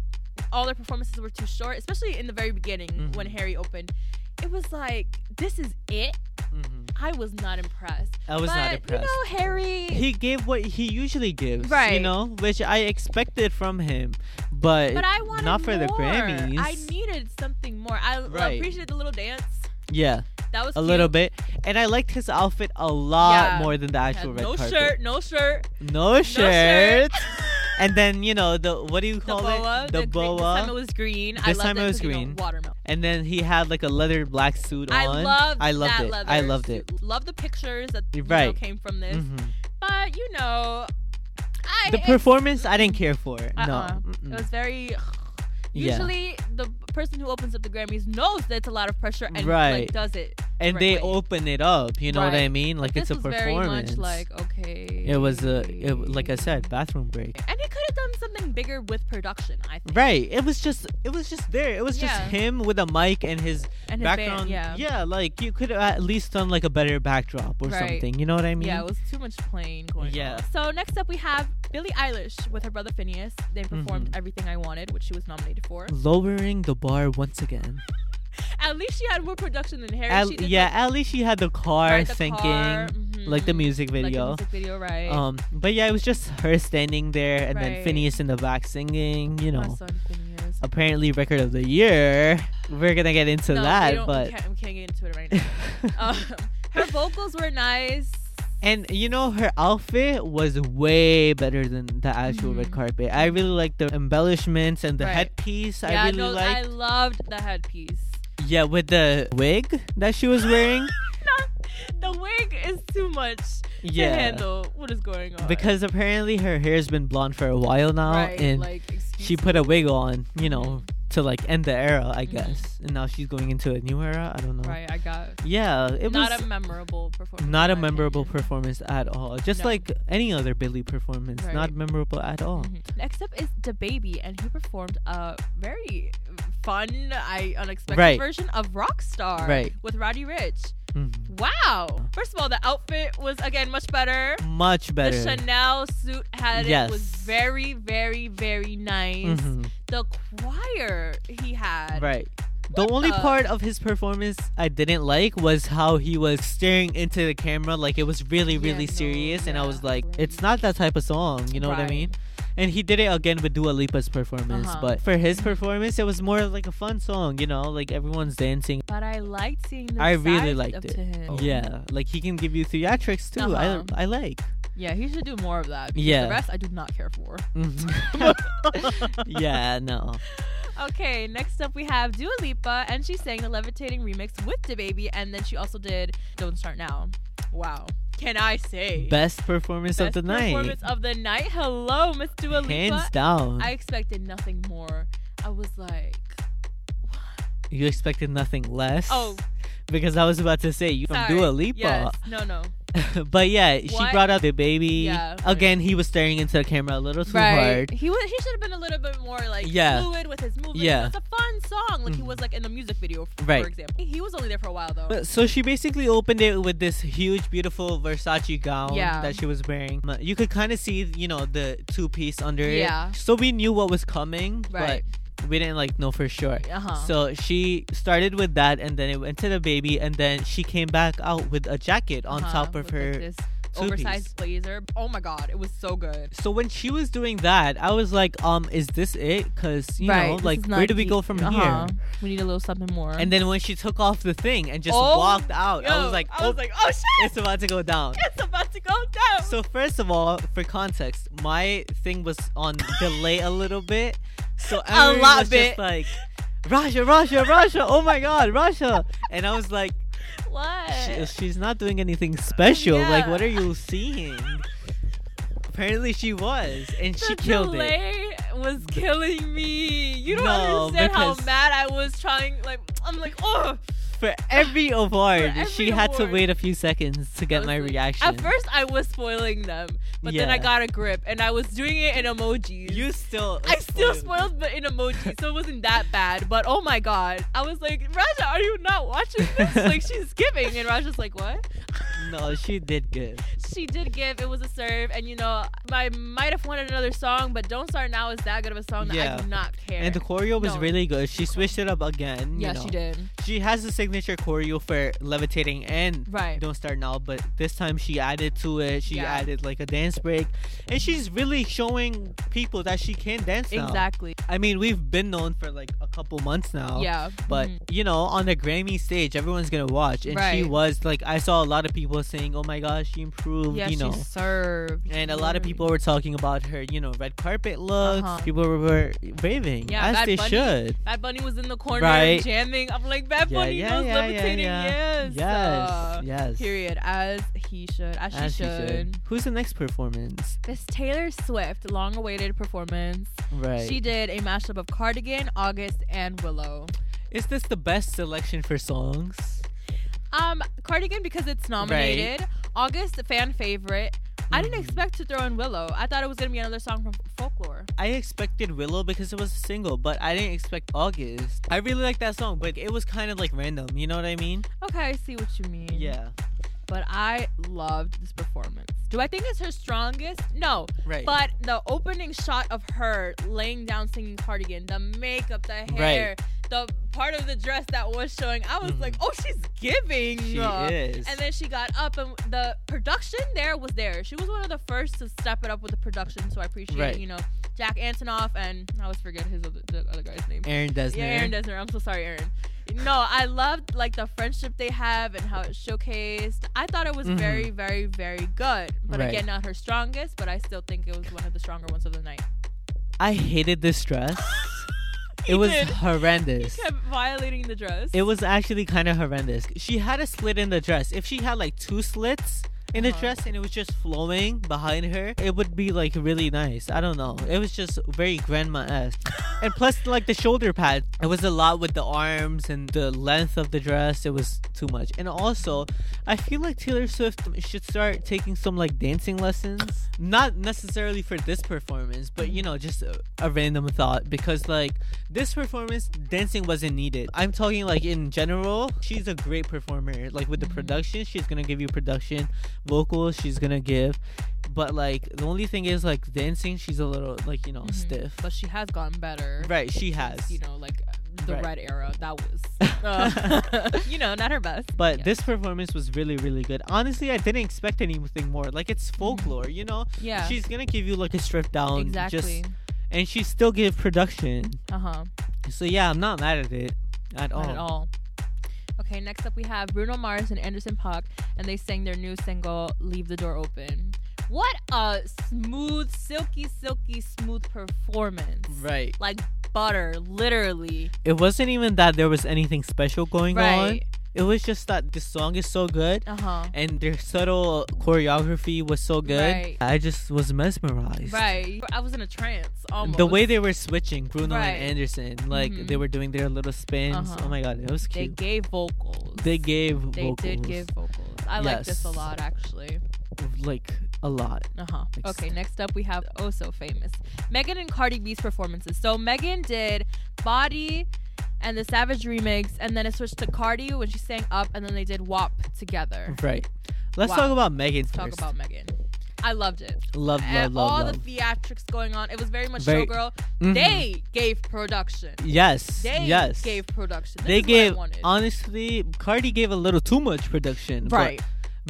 Speaker 3: all their performances were too short, especially in the very beginning when
Speaker 2: Mhm.
Speaker 3: Harry opened. It was like, this is it.
Speaker 2: Mhm.
Speaker 3: I was not impressed.
Speaker 2: I was
Speaker 3: but,
Speaker 2: not impressed.
Speaker 3: You know, Harry.
Speaker 2: he gave what he usually gives, You
Speaker 3: Right.
Speaker 2: know, which I expected from him, but
Speaker 3: But I wanted
Speaker 2: not for the
Speaker 3: more.
Speaker 2: Grammys.
Speaker 3: I needed something more. I
Speaker 2: Right.
Speaker 3: appreciated the little dance.
Speaker 2: yeah,
Speaker 3: That was
Speaker 2: a
Speaker 3: cute.
Speaker 2: little bit, and I liked his outfit a lot
Speaker 3: Yeah.
Speaker 2: more than the
Speaker 3: Had
Speaker 2: actual red
Speaker 3: no
Speaker 2: carpet.
Speaker 3: shirt, no shirt,
Speaker 2: No
Speaker 3: no shirt.
Speaker 2: shirt. and then you know the what do you
Speaker 3: the
Speaker 2: call
Speaker 3: boa.
Speaker 2: it? The,
Speaker 3: This
Speaker 2: boa.
Speaker 3: time it was green. I
Speaker 2: This
Speaker 3: loved
Speaker 2: time
Speaker 3: it
Speaker 2: it was
Speaker 3: 'cause, you know,
Speaker 2: green.
Speaker 3: watermelon.
Speaker 2: and then he had like a leather black suit on.
Speaker 3: I loved.
Speaker 2: I loved
Speaker 3: that
Speaker 2: it.
Speaker 3: leather
Speaker 2: I loved it.
Speaker 3: suit. Love the pictures that you know,
Speaker 2: Right.
Speaker 3: came from this.
Speaker 2: Mhm.
Speaker 3: But you know, I
Speaker 2: The
Speaker 3: it-
Speaker 2: performance I didn't care for.
Speaker 3: Uh-uh.
Speaker 2: No.
Speaker 3: It
Speaker 2: Mm-mm.
Speaker 3: was very.
Speaker 2: Yeah.
Speaker 3: Usually, the person who opens up the Grammys knows that it's a lot of pressure and like
Speaker 2: Right.
Speaker 3: does it. the
Speaker 2: and
Speaker 3: right
Speaker 2: they
Speaker 3: way.
Speaker 2: open it up. You know what I
Speaker 3: Right.
Speaker 2: mean? Like
Speaker 3: this
Speaker 2: it's a
Speaker 3: was
Speaker 2: performance.
Speaker 3: Very much like okay.
Speaker 2: it was a it, like I said, bathroom break.
Speaker 3: And he could have done something bigger with production, I think.
Speaker 2: Right. It was just it was just there. It was
Speaker 3: Yeah.
Speaker 2: just him with a mic and his
Speaker 3: And his
Speaker 2: background.
Speaker 3: band, yeah.
Speaker 2: like you could have at least done like a better backdrop or
Speaker 3: Right.
Speaker 2: something. You know what I mean?
Speaker 3: Yeah, it was too much playing going
Speaker 2: Yeah.
Speaker 3: on. So next up we have Billie Eilish with her brother Phineas. They
Speaker 2: Mm-hmm.
Speaker 3: performed Everything I Wanted, which she was nominated for.
Speaker 2: Mm. Lowering the bar once again.
Speaker 3: At least she had more production than Harry. she
Speaker 2: At,
Speaker 3: did,
Speaker 2: yeah,
Speaker 3: like,
Speaker 2: at least she had the car
Speaker 3: ride the
Speaker 2: thinking,
Speaker 3: car, mhm,
Speaker 2: like the music
Speaker 3: like the
Speaker 2: video.
Speaker 3: music video, right.
Speaker 2: Um, but yeah, it was just her standing there, and
Speaker 3: Right.
Speaker 2: then Phineas in the back singing. You
Speaker 3: My
Speaker 2: know,
Speaker 3: son Phineas.
Speaker 2: apparently record of the year. We're gonna get into
Speaker 3: No, we
Speaker 2: that,
Speaker 3: don't-
Speaker 2: but
Speaker 3: we can't, we can't get into it right now. um, her vocals were nice.
Speaker 2: and you know her outfit was way better than the actual red
Speaker 3: Mhm.
Speaker 2: carpet. I really like the embellishments and the
Speaker 3: Right.
Speaker 2: headpiece.
Speaker 3: yeah,
Speaker 2: I really
Speaker 3: no, I
Speaker 2: like
Speaker 3: loved the headpiece.
Speaker 2: yeah with the wig that she was wearing.
Speaker 3: the wig is too much to
Speaker 2: yeah,
Speaker 3: handle what is going on.
Speaker 2: because apparently her hair's been blonde for a while now,
Speaker 3: right,
Speaker 2: and
Speaker 3: like, Mm-hmm. excuse
Speaker 2: she
Speaker 3: me.
Speaker 2: put a wig on. You know. To like end the era, I guess, and now she's going into a new era. I don't know.
Speaker 3: Mm-hmm. right. I got
Speaker 2: Yeah, it
Speaker 3: not
Speaker 2: was
Speaker 3: a memorable performance.
Speaker 2: not a
Speaker 3: in my
Speaker 2: memorable
Speaker 3: opinion.
Speaker 2: performance at all. Just
Speaker 3: No.
Speaker 2: like any other Billy performance,
Speaker 3: Right.
Speaker 2: not memorable at all.
Speaker 3: Mhm. Next up is the baby, and he performed a very fun, I unexpected
Speaker 2: Right.
Speaker 3: version of Rockstar
Speaker 2: Right.
Speaker 3: with Roddy Rich.
Speaker 2: Mhm.
Speaker 3: Wow! First of all, the outfit was again much better.
Speaker 2: Much better.
Speaker 3: The Chanel suit had it was
Speaker 2: Yes.
Speaker 3: very, very, very nice.
Speaker 2: Mhm.
Speaker 3: The choir he had,
Speaker 2: Right. The
Speaker 3: What
Speaker 2: only
Speaker 3: the-
Speaker 2: part of his performance I didn't like was how he was staring into the camera like it was really,
Speaker 3: Yeah,
Speaker 2: really
Speaker 3: no,
Speaker 2: serious, and I
Speaker 3: yeah,
Speaker 2: was like,
Speaker 3: right.
Speaker 2: it's not that type of song, you know what
Speaker 3: Right.
Speaker 2: I mean? And he did it again with Dua Lipa's performance,
Speaker 3: Uh-huh.
Speaker 2: but for his performance, it was more like a fun song, you know, like everyone's dancing.
Speaker 3: But I liked seeing the
Speaker 2: I really
Speaker 3: sides
Speaker 2: liked
Speaker 3: up
Speaker 2: it.
Speaker 3: To him.
Speaker 2: Yeah, like he can give you theatrics too.
Speaker 3: Oh. Uh-huh.
Speaker 2: I I like.
Speaker 3: Yeah, he should do more of that. because
Speaker 2: Yeah.
Speaker 3: The rest I do not care for.
Speaker 2: Mhm. yeah, no.
Speaker 3: Okay, next up we have Dua Lipa, and she sang the Levitating remix with the baby, and then she also did Don't Start Now. Wow. Can I say?
Speaker 2: Best performance
Speaker 3: Best
Speaker 2: of the night.
Speaker 3: Performance of the night. Hello, Miss Dua Lipa.
Speaker 2: Hands down.
Speaker 3: I expected nothing more. I was like,
Speaker 2: you expected nothing less.
Speaker 3: oh,
Speaker 2: Because I was about to say you from
Speaker 3: sorry.
Speaker 2: Dua Lipa.
Speaker 3: Yes. No, no.
Speaker 2: but yeah,
Speaker 3: What?
Speaker 2: she brought out the baby.
Speaker 3: Yeah.
Speaker 2: Again, he was staring into the camera a little too hard.
Speaker 3: He was. He should have been a little bit more like
Speaker 2: Yeah.
Speaker 3: fluid with his movements.
Speaker 2: Yeah.
Speaker 3: It's a fun song, like he
Speaker 2: Mhm.
Speaker 3: was like in the music video, for,
Speaker 2: Right.
Speaker 3: for example. He was only there for a while though.
Speaker 2: But- So she basically opened it with this huge, beautiful Versace gown
Speaker 3: Yeah.
Speaker 2: that she was wearing. Uh, You could kind of see, you know, the two piece under it.
Speaker 3: Yeah.
Speaker 2: So we knew what was coming,
Speaker 3: Right.
Speaker 2: but we didn't like know for sure.
Speaker 3: Uh-huh.
Speaker 2: So she started with that, and then it went to the baby, and then she came back out with a jacket on
Speaker 3: Uh-huh,
Speaker 2: top of
Speaker 3: with, like,
Speaker 2: her.
Speaker 3: this
Speaker 2: two-piece.
Speaker 3: oversized blazer. Oh my god, it was so good.
Speaker 2: so when she was doing that, I was like, um, is this it? Cause you know, like, where do we go from here?
Speaker 3: Uh-huh. We need a little something more.
Speaker 2: And then when she took off the thing and just
Speaker 3: Oh,
Speaker 2: walked out, I was like,
Speaker 3: I was
Speaker 2: oh,
Speaker 3: like, oh shit,
Speaker 2: it's about to go down.
Speaker 3: it's about to go down.
Speaker 2: So first of all, for context, my thing was on delay a little bit, so Emery
Speaker 3: lot
Speaker 2: was
Speaker 3: bit.
Speaker 2: just like, Rasha, Rasha, Rasha, oh my God, Rasha, and I was like,
Speaker 3: what?
Speaker 2: "She- uh, she's not doing anything special. Like,
Speaker 3: Eh. Yeah.
Speaker 2: what are you seeing? Apparently, she was, and
Speaker 3: the
Speaker 2: she killed it.
Speaker 3: delay was killing me. You don't
Speaker 2: No,
Speaker 3: understand how
Speaker 2: because-
Speaker 3: mad I was trying. Like I'm like, oh,
Speaker 2: For every award,
Speaker 3: every
Speaker 2: she had to
Speaker 3: award.
Speaker 2: wait a few seconds to get my
Speaker 3: Honestly.
Speaker 2: reaction.
Speaker 3: At first, I was spoiling them, but then I
Speaker 2: Yeah.
Speaker 3: got a grip and I was doing it in emojis.
Speaker 2: you still.
Speaker 3: I still spoiled but in emojis, so it wasn't that bad. But oh my god, I was like, Raja, are you not watching this? like she's giving, and Raja's like, what?
Speaker 2: No, she did good.
Speaker 3: She did give. It was a serve, and you know, I might have wanted another song, but "Don't Start Now" is that good of a song
Speaker 2: Yeah.
Speaker 3: that I do not care.
Speaker 2: And the choreo was
Speaker 3: No.
Speaker 2: really good. She switched it up again. you
Speaker 3: yeah,
Speaker 2: know.
Speaker 3: she did.
Speaker 2: She has a signature choreo for levitating and
Speaker 3: Right.
Speaker 2: don't start now, but this time she added to it. She
Speaker 3: Yeah.
Speaker 2: added like a dance break, and she's really showing people that she can dance now.
Speaker 3: Exactly.
Speaker 2: I mean, we've been known for like a couple months now.
Speaker 3: Yeah.
Speaker 2: But
Speaker 3: Mhm.
Speaker 2: you know, on the Grammy stage, everyone's gonna watch, and she
Speaker 3: Right.
Speaker 2: was like, I saw a lot of people saying, "Oh my gosh, she improved,"
Speaker 3: yeah,
Speaker 2: you know.
Speaker 3: she served. Mm-hmm.
Speaker 2: And a lot of
Speaker 3: Literally.
Speaker 2: people were talking about her, you know, red carpet looks.
Speaker 3: Uh-huh.
Speaker 2: People were, were raving,
Speaker 3: Yeah,
Speaker 2: as
Speaker 3: Bad
Speaker 2: they
Speaker 3: Bunny.
Speaker 2: should.
Speaker 3: Bad Bunny was in the corner
Speaker 2: Right.
Speaker 3: jamming. I'm like, Bad
Speaker 2: Yeah,
Speaker 3: Bunny
Speaker 2: yeah,
Speaker 3: knows
Speaker 2: yeah, yeah,
Speaker 3: levitating.
Speaker 2: yeah.
Speaker 3: Yes. Uh,
Speaker 2: Yes, yes.
Speaker 3: Period. As he should. As,
Speaker 2: As
Speaker 3: she
Speaker 2: she
Speaker 3: should.
Speaker 2: Who's the next performance?
Speaker 3: This Taylor Swift long-awaited performance.
Speaker 2: Right.
Speaker 3: She did a mashup of Cardigan, August, and Willow.
Speaker 2: Is this the best selection for songs?
Speaker 3: Um, Cardigan because it's nominated. August, the fan favorite. I
Speaker 2: Mm-hmm.
Speaker 3: didn't expect to throw in Willow. I thought it was gonna be another song from Folklore.
Speaker 2: I expected Willow because it was a single, but I didn't expect August. I really like that song, but it was kind of like random. You know what I mean?
Speaker 3: Okay, I see what you mean.
Speaker 2: Yeah.
Speaker 3: But I loved this performance. Do I think it's her strongest? No.
Speaker 2: Right.
Speaker 3: But the opening shot of her laying down singing cardigan, the makeup, the hair, the part of the dress that was showing, I was
Speaker 2: Mhm.
Speaker 3: like, oh, she's giving.
Speaker 2: she is.
Speaker 3: And then she got up, and the production there was there. She was one of the first to step it up with the production, so I appreciate,
Speaker 2: Right.
Speaker 3: you know, Jack Antonoff and I always forget his other, the other guy's name.
Speaker 2: Aaron Desner.
Speaker 3: Yeah, Aaron Desner. I'm so sorry, Aaron. No, I loved like the friendship they have and how it's showcased. I thought it was
Speaker 2: Mhm.
Speaker 3: very, very, very good. But
Speaker 2: Right.
Speaker 3: again, not her strongest, but I still think it was one of the stronger ones of the night.
Speaker 2: I hated this dress. it
Speaker 3: He
Speaker 2: was
Speaker 3: did. He
Speaker 2: horrendous.
Speaker 3: kept violating the dress.
Speaker 2: It was actually kind of horrendous. She had a slit in the dress. If she had like two slits in the
Speaker 3: Uh-huh.
Speaker 2: dress and it was just flowing behind her, it would be like really nice. I don't know. It was just very grandma esque. and plus, like the shoulder pad, it was a lot with the arms and the length of the dress. It was too much. And also, I feel like Taylor Swift should start taking some like dancing lessons. Not necessarily for this performance, but you know, just a, a random thought because like this performance, dancing wasn't needed. I'm talking like in general, she's a great performer. Like with the
Speaker 3: Mhm.
Speaker 2: production, she's gonna give you production, vocals, she's gonna give. But like the only thing is like dancing, she's a little like you know
Speaker 3: Mhm.
Speaker 2: stiff.
Speaker 3: but she has gotten better.
Speaker 2: Right, she
Speaker 3: since,
Speaker 2: has.
Speaker 3: You know, like the
Speaker 2: Right.
Speaker 3: red era. That was, uh, you know, not her best.
Speaker 2: But
Speaker 3: yeah.
Speaker 2: this performance was really, really good. Honestly, I didn't expect anything more. Like it's folklore, you know.
Speaker 3: Mm-hmm. yeah,
Speaker 2: She's gonna give you like a stripped down,
Speaker 3: exactly.
Speaker 2: just and she still give production.
Speaker 3: Uh huh.
Speaker 2: So yeah, I'm not mad at it at all.
Speaker 3: Not at all. Okay, next up we have Bruno Mars and Anderson Paak, and they sang their new single "Leave the Door Open." What a smooth, silky, silky smooth performance!
Speaker 2: Right.
Speaker 3: Like butter, literally.
Speaker 2: It wasn't even that there was anything special going on.
Speaker 3: Right.
Speaker 2: It was just that the song is so good
Speaker 3: Uh huh.
Speaker 2: and their subtle choreography was so good.
Speaker 3: Right.
Speaker 2: I just was mesmerized.
Speaker 3: Right. I was in a trance almost.
Speaker 2: The way they were switching Bruno
Speaker 3: Right.
Speaker 2: and Anderson, like
Speaker 3: Mhm.
Speaker 2: they were doing their little spins.
Speaker 3: Uh-huh.
Speaker 2: Oh my god, it was
Speaker 3: they
Speaker 2: cute.
Speaker 3: gave vocals.
Speaker 2: They, gave
Speaker 3: They
Speaker 2: vocals
Speaker 3: did give vocals. I like this a
Speaker 2: Yes.
Speaker 3: lot actually.
Speaker 2: like a lot.
Speaker 3: Uh huh.
Speaker 2: Uh-huh. Makes
Speaker 3: Okay, next up we have Oh So Famous. Megan and Cardi B's performances. So Megan did Body and the Savage remix, and then it switched to Cardi when she sang Up, and then they did WAP together.
Speaker 2: Right. Let's
Speaker 3: Wow.
Speaker 2: talk about Megan
Speaker 3: Let's talk
Speaker 2: first.
Speaker 3: about Megan. I loved it.
Speaker 2: love, love,
Speaker 3: and
Speaker 2: love,
Speaker 3: all
Speaker 2: love.
Speaker 3: the theatrics going on. It was very much
Speaker 2: Very-
Speaker 3: showgirl.
Speaker 2: Mhm.
Speaker 3: They gave production.
Speaker 2: Yes.
Speaker 3: They
Speaker 2: yes.
Speaker 3: gave production. This
Speaker 2: they
Speaker 3: is what I
Speaker 2: gave
Speaker 3: wanted.
Speaker 2: honestly Cardi gave a little too much production. but
Speaker 3: right.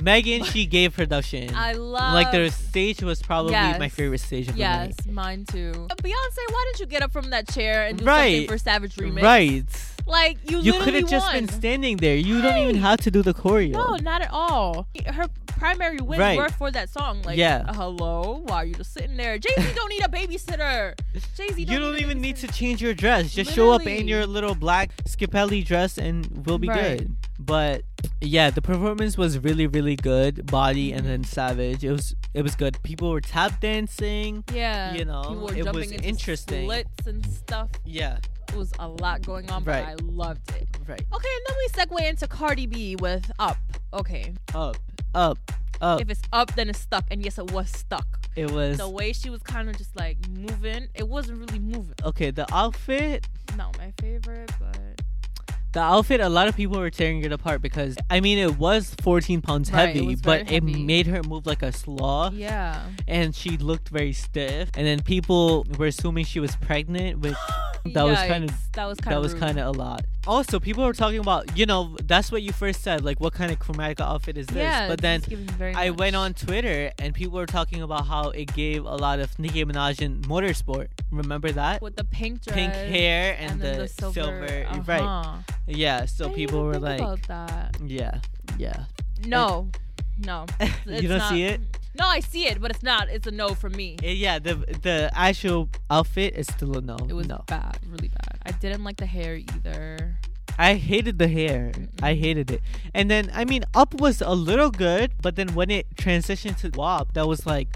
Speaker 2: Megan she gave production.
Speaker 3: I love
Speaker 2: like their stage was probably my
Speaker 3: Yes.
Speaker 2: favorite stage of
Speaker 3: Yes, mine too. Beyonce, why didn't you get up from that chair and do something
Speaker 2: Right.
Speaker 3: for Savage
Speaker 2: the
Speaker 3: remix?
Speaker 2: night. Right.
Speaker 3: Like you,
Speaker 2: You could
Speaker 3: literally
Speaker 2: have just
Speaker 3: won.
Speaker 2: been standing there. You don't even
Speaker 3: Right.
Speaker 2: have to do the choreo.
Speaker 3: No, not at all. Her primary wins
Speaker 2: Right.
Speaker 3: were for that song. Like, uh,
Speaker 2: Yeah.
Speaker 3: hello, why are you just sitting there? Jay Z don't need a babysitter. Jay Z,
Speaker 2: you don't even need to change your dress. Just show up in
Speaker 3: Literally.
Speaker 2: your little black Scapelli dress and we'll be
Speaker 3: Right.
Speaker 2: good. But yeah, the performance was really, really good. Body and then Savage. It was it was good. People were tap dancing.
Speaker 3: Yeah,
Speaker 2: you know,
Speaker 3: People were
Speaker 2: it
Speaker 3: jumping
Speaker 2: was
Speaker 3: into
Speaker 2: interesting.
Speaker 3: Splits and stuff.
Speaker 2: Yeah.
Speaker 3: It was a lot going on,
Speaker 2: Right.
Speaker 3: but I loved it.
Speaker 2: Right.
Speaker 3: Okay, and then we segue into Cardi B with Up. Okay.
Speaker 2: Up, up, up.
Speaker 3: If it's up, then it's stuck. And yes, it was stuck.
Speaker 2: It was
Speaker 3: The way she was kind of just like moving, it wasn't really moving.
Speaker 2: okay. The outfit,
Speaker 3: Not my favorite, but
Speaker 2: the outfit. A lot of people were tearing it apart because I mean it was 14 pounds
Speaker 3: Right, it
Speaker 2: heavy,
Speaker 3: was very
Speaker 2: but it
Speaker 3: heavy.
Speaker 2: made her move like a sloth,
Speaker 3: yeah.
Speaker 2: and she looked very stiff. And then people were assuming she was pregnant, which That was kinda-
Speaker 3: Yikes, that was kind
Speaker 2: that
Speaker 3: of
Speaker 2: was kind of a lot. Also, people were talking about you know that's what you first said, like what kind of chromatica outfit is this?
Speaker 3: yeah.
Speaker 2: but then
Speaker 3: this is giving very
Speaker 2: I
Speaker 3: much.
Speaker 2: went on Twitter and people were talking about how it gave a lot of Nicki Minaj in Motorsport. Remember that?
Speaker 3: with the pink dress,
Speaker 2: Pink hair and,
Speaker 3: then
Speaker 2: the, silver, right?
Speaker 3: uh-huh.
Speaker 2: Yeah. So
Speaker 3: I didn't
Speaker 2: people
Speaker 3: even
Speaker 2: were
Speaker 3: think
Speaker 2: like,
Speaker 3: about that.
Speaker 2: yeah, yeah.
Speaker 3: no, no.
Speaker 2: you
Speaker 3: It's
Speaker 2: don't
Speaker 3: not-
Speaker 2: see it?
Speaker 3: No, I see it, but it's not. It's a no for me.
Speaker 2: Eh, Yeah. The the actual outfit is still a no.
Speaker 3: It was
Speaker 2: no.
Speaker 3: bad, really bad. I didn't like the hair either.
Speaker 2: I hated the hair. I hated it. And then I mean, up was a little good, but then when it transitioned to WAP, that was like,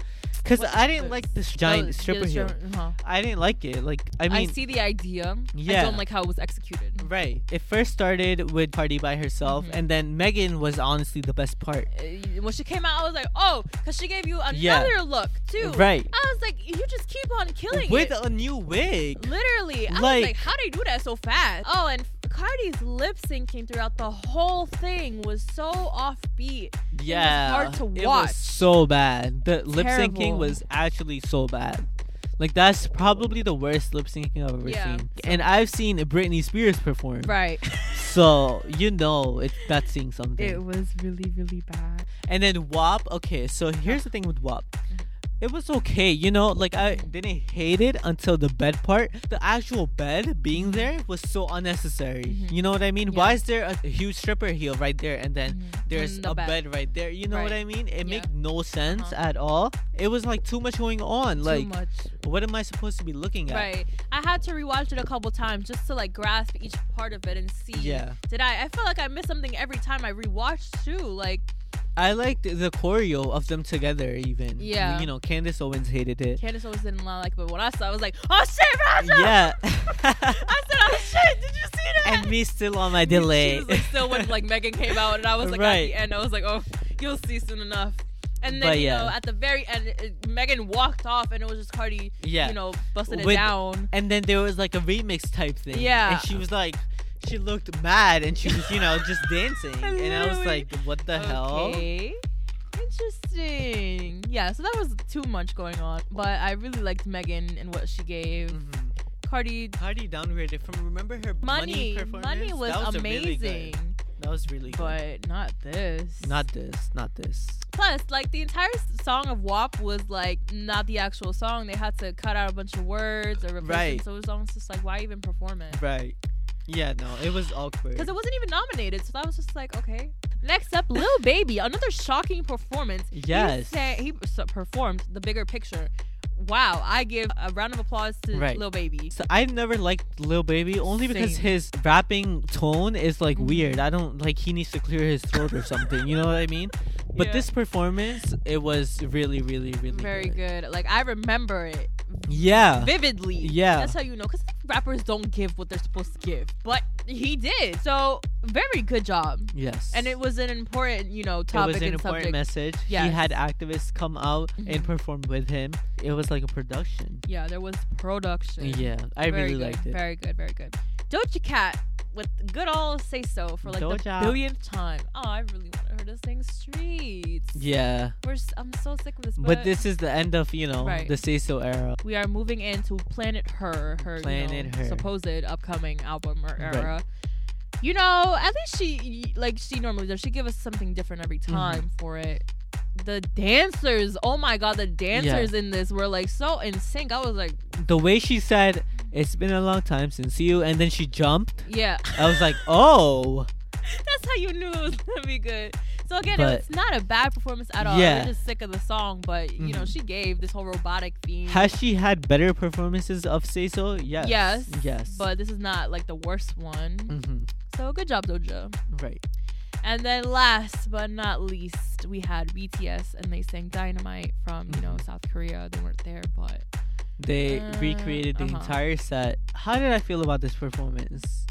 Speaker 2: because
Speaker 3: What
Speaker 2: I
Speaker 3: is
Speaker 2: didn't like this
Speaker 3: Oh,
Speaker 2: giant
Speaker 3: yeah,
Speaker 2: stripper
Speaker 3: the
Speaker 2: here.
Speaker 3: stripper- uh-huh.
Speaker 2: I didn't like it. Like I
Speaker 3: I,
Speaker 2: mean,
Speaker 3: see the idea.
Speaker 2: Yeah.
Speaker 3: I don't like how it was executed.
Speaker 2: Right. It first started with Cardi by herself,
Speaker 3: Mhm.
Speaker 2: and then Megan was honestly the best part.
Speaker 3: Uh, When she came out, I was like, oh, because she gave you another
Speaker 2: Yeah.
Speaker 3: look too.
Speaker 2: Right.
Speaker 3: I was like, you just keep on killing
Speaker 2: With
Speaker 3: it.
Speaker 2: a new wig.
Speaker 3: Literally, I
Speaker 2: Like-
Speaker 3: was like, how do you do that so fast? Oh, and Cardi's lip syncing throughout the whole thing was so offbeat.
Speaker 2: Yeah.
Speaker 3: hard to
Speaker 2: It
Speaker 3: watch.
Speaker 2: was so bad. The lip syncing
Speaker 3: Terrible.
Speaker 2: was actually so bad. Like that's probably the worst lip syncing I've ever
Speaker 3: Yeah.
Speaker 2: seen. And I've seen Britney Spears perform.
Speaker 3: Right.
Speaker 2: So you know it's that's seeing something.
Speaker 1: It was really, really bad.
Speaker 2: And then WAP, okay, so here's the thing with WAP. It was okay, you know, like I didn't hate it until the bed part. The actual bed being there was so unnecessary.
Speaker 3: Mhm.
Speaker 2: You know what I mean?
Speaker 3: Mm-hmm. Yeah.
Speaker 2: Why is there a huge stripper heel right there and then
Speaker 1: Mm-hmm.
Speaker 2: there's
Speaker 3: And the
Speaker 2: a
Speaker 3: bed.
Speaker 2: bed. right there? You know what
Speaker 3: Right.
Speaker 2: I mean? It
Speaker 3: Yeah.
Speaker 2: made no sense
Speaker 3: Uh-huh.
Speaker 2: at all. It was like too much going on. like
Speaker 3: Too much.
Speaker 2: what am I supposed to be looking at?
Speaker 3: Right. I had to rewatch it a couple times just to like grasp each part of it and see.
Speaker 2: Yeah.
Speaker 3: Did I? I felt like I missed something every time I rewatched too. Like,
Speaker 2: I liked the choreo of them together even.
Speaker 3: Yeah.
Speaker 2: You know, Candace Owens hated it.
Speaker 3: Candace always didn't like, it, but when I saw, it, I was like, oh shit, Raja!
Speaker 2: yeah.
Speaker 3: I said, oh shit, did you see that?
Speaker 2: and me still on my
Speaker 3: She
Speaker 2: delay.
Speaker 3: was like, still when like Megan came out, and I was like at
Speaker 2: Right.
Speaker 3: the end, I was like, oh, you'll see soon enough. And then
Speaker 2: But
Speaker 3: you
Speaker 2: yeah.
Speaker 3: know, at the very end, it, Megan walked off, and it was just Cardi,
Speaker 2: yeah.
Speaker 3: you know, busting it
Speaker 2: With-
Speaker 3: down.
Speaker 2: and then there was like a remix type thing.
Speaker 3: Yeah.
Speaker 2: And she was like, she looked mad and she was, you know, just dancing. And I was
Speaker 3: Literally.
Speaker 2: like, what the hell?
Speaker 3: Okay. Interesting. Yeah, so that was too much going on. But I really liked Megan and what she gave.
Speaker 2: Mhm.
Speaker 3: Cardi
Speaker 2: Cardi downgraded from remember her money
Speaker 3: money.
Speaker 2: performance.
Speaker 3: Money was,
Speaker 2: that was a really
Speaker 3: amazing.
Speaker 2: good- that was really good.
Speaker 3: but not this.
Speaker 2: not this, not this.
Speaker 3: plus, like the entire s- song of WAP was like not the actual song. They had to cut out a bunch of words or replace
Speaker 2: Right.
Speaker 3: them. So it was almost just like, why even perform it?
Speaker 2: Right. Yeah, no, it was awkward.
Speaker 3: Because it wasn't even nominated, so that was just like, okay. Next up, Lil Baby, another shocking performance.
Speaker 2: Yes.
Speaker 3: He, sang- he s- performed the bigger picture. Wow, I give a round of applause to
Speaker 2: Right.
Speaker 3: Lil Baby.
Speaker 2: So I've never liked Lil Baby only because
Speaker 3: Same.
Speaker 2: his rapping tone is like
Speaker 3: Mhm.
Speaker 2: weird. I don't like he needs to clear his throat or something. You know what I mean? But
Speaker 3: Yeah.
Speaker 2: this performance, it was really, really, really
Speaker 3: Very good. Like I remember it
Speaker 2: Yeah,
Speaker 3: vividly.
Speaker 2: Yeah.
Speaker 3: That's how you know cuz rappers don't give what they're supposed to give, but he did. So, very good job.
Speaker 2: yes.
Speaker 3: And it was an important, you know,
Speaker 2: It
Speaker 3: topic
Speaker 2: was an
Speaker 3: and
Speaker 2: important
Speaker 3: subject.
Speaker 2: message. He
Speaker 3: Yes.
Speaker 2: had activists come out and
Speaker 3: Mhm.
Speaker 2: perform with him. It was like a production.
Speaker 3: yeah, there was production.
Speaker 2: Yeah, I
Speaker 3: Very
Speaker 2: really
Speaker 3: good,
Speaker 2: liked it.
Speaker 3: Very good, very good. Doja Cat with good old say so for like
Speaker 2: Doja.
Speaker 3: the billionth time. Oh, I really wanted her to sing streets.
Speaker 2: yeah,
Speaker 3: We're s- I'm so sick of this.
Speaker 2: but, this is the end of you know
Speaker 3: Right.
Speaker 2: the say so era.
Speaker 3: we are moving into Planet Her, her, you
Speaker 2: Planet
Speaker 3: know,
Speaker 2: Her.
Speaker 3: supposed upcoming album or
Speaker 2: Right.
Speaker 3: era. You know, at least she like she normally does. She give us something different every
Speaker 2: Mm-hmm.
Speaker 3: time for it. The dancers, oh my god, the dancers in this were like so in sync. I was like,
Speaker 2: The way she said, "It's been a long time since you," and then she jumped.
Speaker 3: yeah.
Speaker 2: I was like, "Oh."
Speaker 3: That's how you knew it was gonna be good. So again,
Speaker 2: But-
Speaker 3: it's not a bad performance at all.
Speaker 2: Yeah.
Speaker 3: We're just sick of the song, but you know,
Speaker 2: Mhm.
Speaker 3: she gave this whole robotic theme.
Speaker 2: Has she had better performances of Say So? Yes.
Speaker 3: Yes,
Speaker 2: Yes.
Speaker 3: But this is not like the worst one.
Speaker 2: Mhm.
Speaker 3: So good job, Doja.
Speaker 2: right.
Speaker 3: And then last but not
Speaker 2: Mm-hmm.
Speaker 3: least, we had BTS and they sang Dynamite from, you know, South Korea. They weren't there, but
Speaker 2: They
Speaker 3: Uh,
Speaker 2: recreated the
Speaker 3: uh-huh.
Speaker 2: entire set. How did I feel about this performance?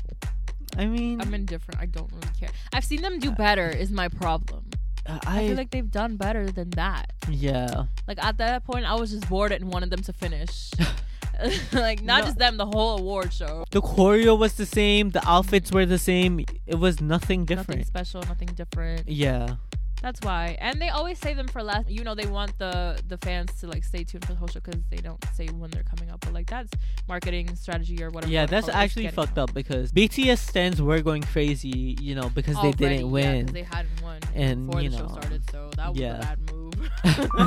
Speaker 2: I mean,
Speaker 3: I'm indifferent. I don't really care. I've seen them do better. Is my problem.
Speaker 2: uh, I,
Speaker 3: I feel like they've done better than that.
Speaker 2: yeah.
Speaker 3: Like at that point, I was just bored and wanted them to finish. like not
Speaker 2: No.
Speaker 3: just them, the whole award show.
Speaker 2: The choreo was the same. The outfits were the same. It was nothing
Speaker 3: Nothing
Speaker 2: different.
Speaker 3: special. Nothing different.
Speaker 2: Yeah.
Speaker 3: That's why. And they always save them for last. You know, they want the the fans to like stay tuned for the whole show because they don't say when they're coming up. But like that's marketing strategy or whatever.
Speaker 2: Yeah, that's actually fucked up because BTS stands were going crazy, you know, because they didn't win.
Speaker 3: they hadn't won
Speaker 2: And,
Speaker 3: before
Speaker 2: you
Speaker 3: the
Speaker 2: know,
Speaker 3: show started, so that was
Speaker 2: yeah.
Speaker 3: a bad move.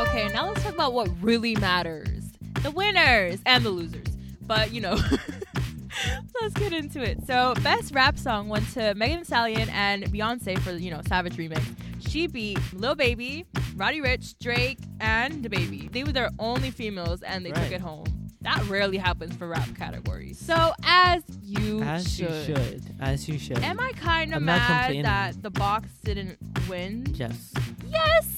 Speaker 3: okay, now let's talk about what really matters: the winners and the losers. But you know. Let's get into it. So, best rap song went to Megan Thee Stallion and Beyonce for you know Savage remix. She beat Lil Baby, Roddy Rich, Drake, and the Baby. They were their only females, and they
Speaker 2: Right.
Speaker 3: took it home. That rarely happens for rap categories. So, as you
Speaker 2: As you should. As you should.
Speaker 3: Am I kind of
Speaker 2: I'm not
Speaker 3: mad
Speaker 2: complaining.
Speaker 3: that the box didn't win?
Speaker 2: yes.
Speaker 3: Yes.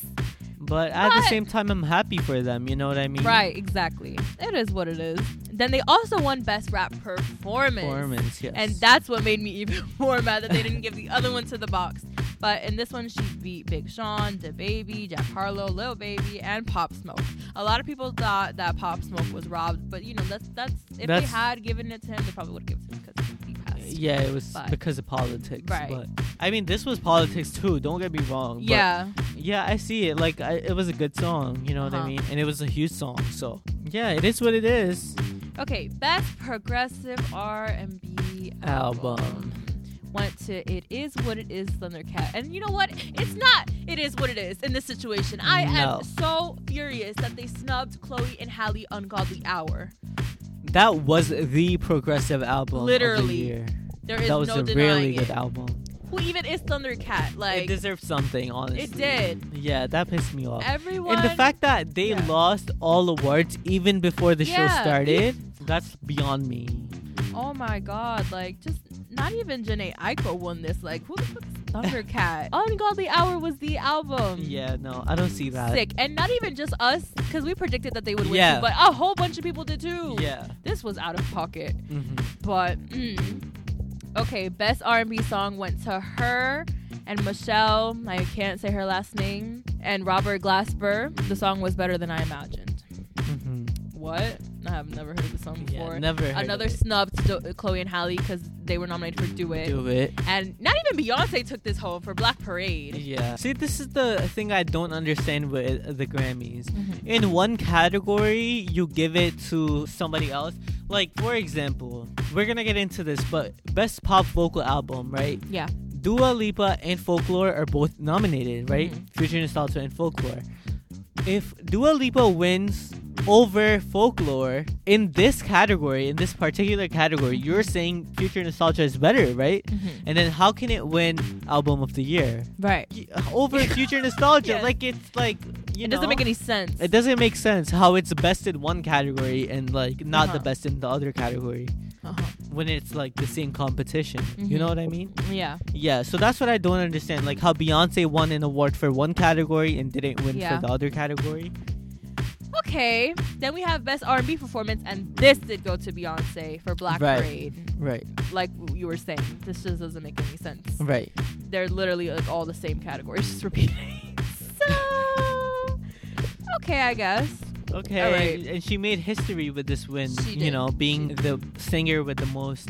Speaker 2: But at the
Speaker 3: But-
Speaker 2: same time, I'm happy for them. You know what I mean?
Speaker 3: Right, exactly. It is what it is. Then they also won best rap performance.
Speaker 2: Performance, yes.
Speaker 3: And that's what made me even more mad that they didn't give the other one to the box. But in this one, she beat Big Sean, Da Baby, Jack Harlow, Lil Baby, and Pop Smoke. A lot of people thought that Pop Smoke was robbed, but you know that's that's if
Speaker 2: That's-
Speaker 3: they had given it to him, they probably would have given it to him because he passed.
Speaker 2: Uh, Yeah, it was
Speaker 3: But-
Speaker 2: because of politics.
Speaker 3: Right.
Speaker 2: But I mean, this was politics too. Don't get me wrong. but
Speaker 3: Yeah.
Speaker 2: yeah, I see it. Like, I, it was a good song. You know what I
Speaker 3: Uh-huh.
Speaker 2: mean? And it was a huge song. So yeah, it is what it is.
Speaker 3: Okay, best progressive R and B
Speaker 2: Album.
Speaker 3: went to "It Is What It Is" Thundercat, and you know what? It's not. It is what it is in this situation. I
Speaker 2: No.
Speaker 3: am so furious that they snubbed Chloe and Halle "Ungodly Hour."
Speaker 2: That was the progressive album. Of the
Speaker 3: Literally.
Speaker 2: year.
Speaker 3: There is
Speaker 2: that was
Speaker 3: no
Speaker 2: a
Speaker 3: denying
Speaker 2: really
Speaker 3: it.
Speaker 2: good album.
Speaker 3: Who even is Thundercat? Like
Speaker 2: it deserved something, honestly.
Speaker 3: did.
Speaker 2: Yeah, that pissed me off.
Speaker 3: everyone.
Speaker 2: and the fact that they
Speaker 3: yeah.
Speaker 2: lost all awards even before the show
Speaker 3: Yeah.
Speaker 2: started, that's beyond me.
Speaker 3: Oh my god! Like just not even Janae Aiko won this. Like who the fuck is Thundercat? "Ungodly Hour" was the album.
Speaker 2: Yeah, no, I don't see that.
Speaker 3: sick. And not even just us, because we predicted that they would win,
Speaker 2: Yeah.
Speaker 3: too, but a whole bunch of people did too.
Speaker 2: Yeah.
Speaker 3: This was out of pocket,
Speaker 2: hmm
Speaker 3: but mm. okay. Best R&B song went to her and Michelle. I can't say her last name. And Robert Glasper. The song was better than I imagined.
Speaker 2: hmm
Speaker 3: What? I have never heard the song before.
Speaker 2: Yeah, never. heard
Speaker 3: Another
Speaker 2: of it.
Speaker 3: snub to Do- Chloe and Halle because they were nominated for Do It.
Speaker 2: Do it.
Speaker 3: And not even Beyonce took this home for Black Parade.
Speaker 2: Yeah. See, this is the thing I don't understand with uh, the Grammys.
Speaker 3: Mhm.
Speaker 2: In one category, you give it to somebody else. Like, for example, we're gonna get into this, but best pop vocal album, right?
Speaker 3: Yeah.
Speaker 2: Dua Lipa and Folklore are both nominated, right?
Speaker 3: Mhm.
Speaker 2: Future Nostalgia and Folklore. If Dua Lipa wins over Folklore in this category, in this particular category, you're saying Future Nostalgia is better, right?
Speaker 3: Mhm.
Speaker 2: And then how can it win Album of the Year
Speaker 3: Right.
Speaker 2: Y- uh, over Future Nostalgia?
Speaker 3: Yes.
Speaker 2: Like it's like you
Speaker 3: it
Speaker 2: know,
Speaker 3: doesn't make any sense.
Speaker 2: It doesn't make sense how it's best in one category and like not the
Speaker 3: Uh-huh.
Speaker 2: best in the other category
Speaker 3: Uh-huh.
Speaker 2: when it's like the same competition. You
Speaker 3: Mhm.
Speaker 2: know what I mean?
Speaker 3: Yeah.
Speaker 2: Yeah, so that's what I don't understand. Like how Beyonce won an award for one category and didn't win
Speaker 3: Yeah.
Speaker 2: for the other category.
Speaker 3: Okay. Then we have best R&B performance, and this did go to Beyonce for Black
Speaker 2: Right.
Speaker 3: Parade.
Speaker 2: Right,
Speaker 3: Like you were saying, this just doesn't make any sense.
Speaker 2: right.
Speaker 3: They're literally like all the same categories, just repeating. so, okay, I guess.
Speaker 2: Okay,
Speaker 3: Alright.
Speaker 2: and she made history with this win.
Speaker 3: She
Speaker 2: You
Speaker 3: did.
Speaker 2: know, being the singer with the most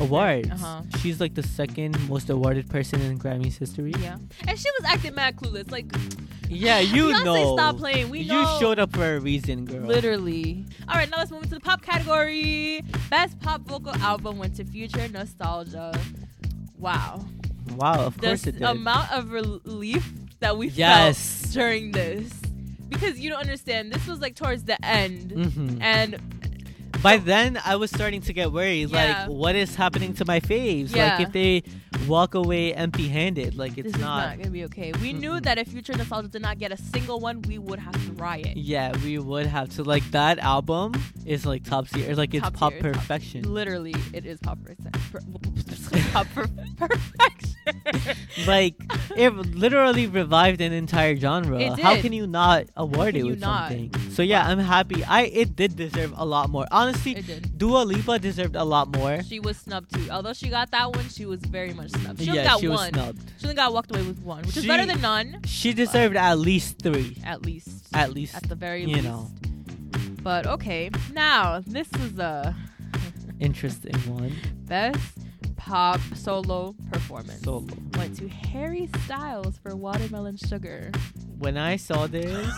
Speaker 2: awards.
Speaker 3: Uh-huh.
Speaker 2: She's like the second most awarded person in Grammy's history.
Speaker 3: Yeah. And she was acting mad clueless. Like,
Speaker 2: Yeah, you
Speaker 3: Beyonce,
Speaker 2: know.
Speaker 3: stop playing. We
Speaker 2: you
Speaker 3: know.
Speaker 2: showed up for a reason, girl.
Speaker 3: Literally. All right, now let's move into the pop category. Best pop vocal album went to Future Nostalgia. Wow.
Speaker 2: Wow, of
Speaker 3: the
Speaker 2: course it did.
Speaker 3: amount of relief that we
Speaker 2: Yes.
Speaker 3: felt during this because you don't understand this was like towards the end
Speaker 2: hmm
Speaker 3: and
Speaker 2: by then I was starting to get worried.
Speaker 3: Yeah.
Speaker 2: Like, what is happening to my faves?
Speaker 3: Yeah.
Speaker 2: Like, if they walk away empty-handed, like it's
Speaker 3: this is not gonna be okay. We knew
Speaker 2: Mm-mm.
Speaker 3: that if Future Nostalgia did not get a single one, we would have to riot.
Speaker 2: Yeah, we would have to like that album is like top tier. Like it's
Speaker 3: Top
Speaker 2: pop
Speaker 3: tier, top-
Speaker 2: perfection.
Speaker 3: Literally, it is pop perfection. Per- pop per- perfection.
Speaker 2: like it literally revived an entire genre.
Speaker 3: It
Speaker 2: How
Speaker 3: did.
Speaker 2: can you not award
Speaker 3: can
Speaker 2: it
Speaker 3: you
Speaker 2: with
Speaker 3: not?
Speaker 2: something? So yeah, I'm happy. I it did deserve a lot more. Honestly,
Speaker 3: It did.
Speaker 2: Dua Lipa deserved a lot more.
Speaker 3: She was snubbed too. Although she got that one, she was very much snubbed. She only
Speaker 2: yeah,
Speaker 3: got
Speaker 2: she was
Speaker 3: one.
Speaker 2: snubbed.
Speaker 3: She only got walked away with one, which is
Speaker 2: She-
Speaker 3: better than none,
Speaker 2: She deserved at least three.
Speaker 3: at least.
Speaker 2: At least
Speaker 3: At the very
Speaker 2: you
Speaker 3: least.
Speaker 2: know.
Speaker 3: But okay, now this is a
Speaker 2: interesting one
Speaker 3: best pop solo performance.
Speaker 2: solo.
Speaker 3: Went to Harry Styles for Watermelon Sugar.
Speaker 2: When I saw this,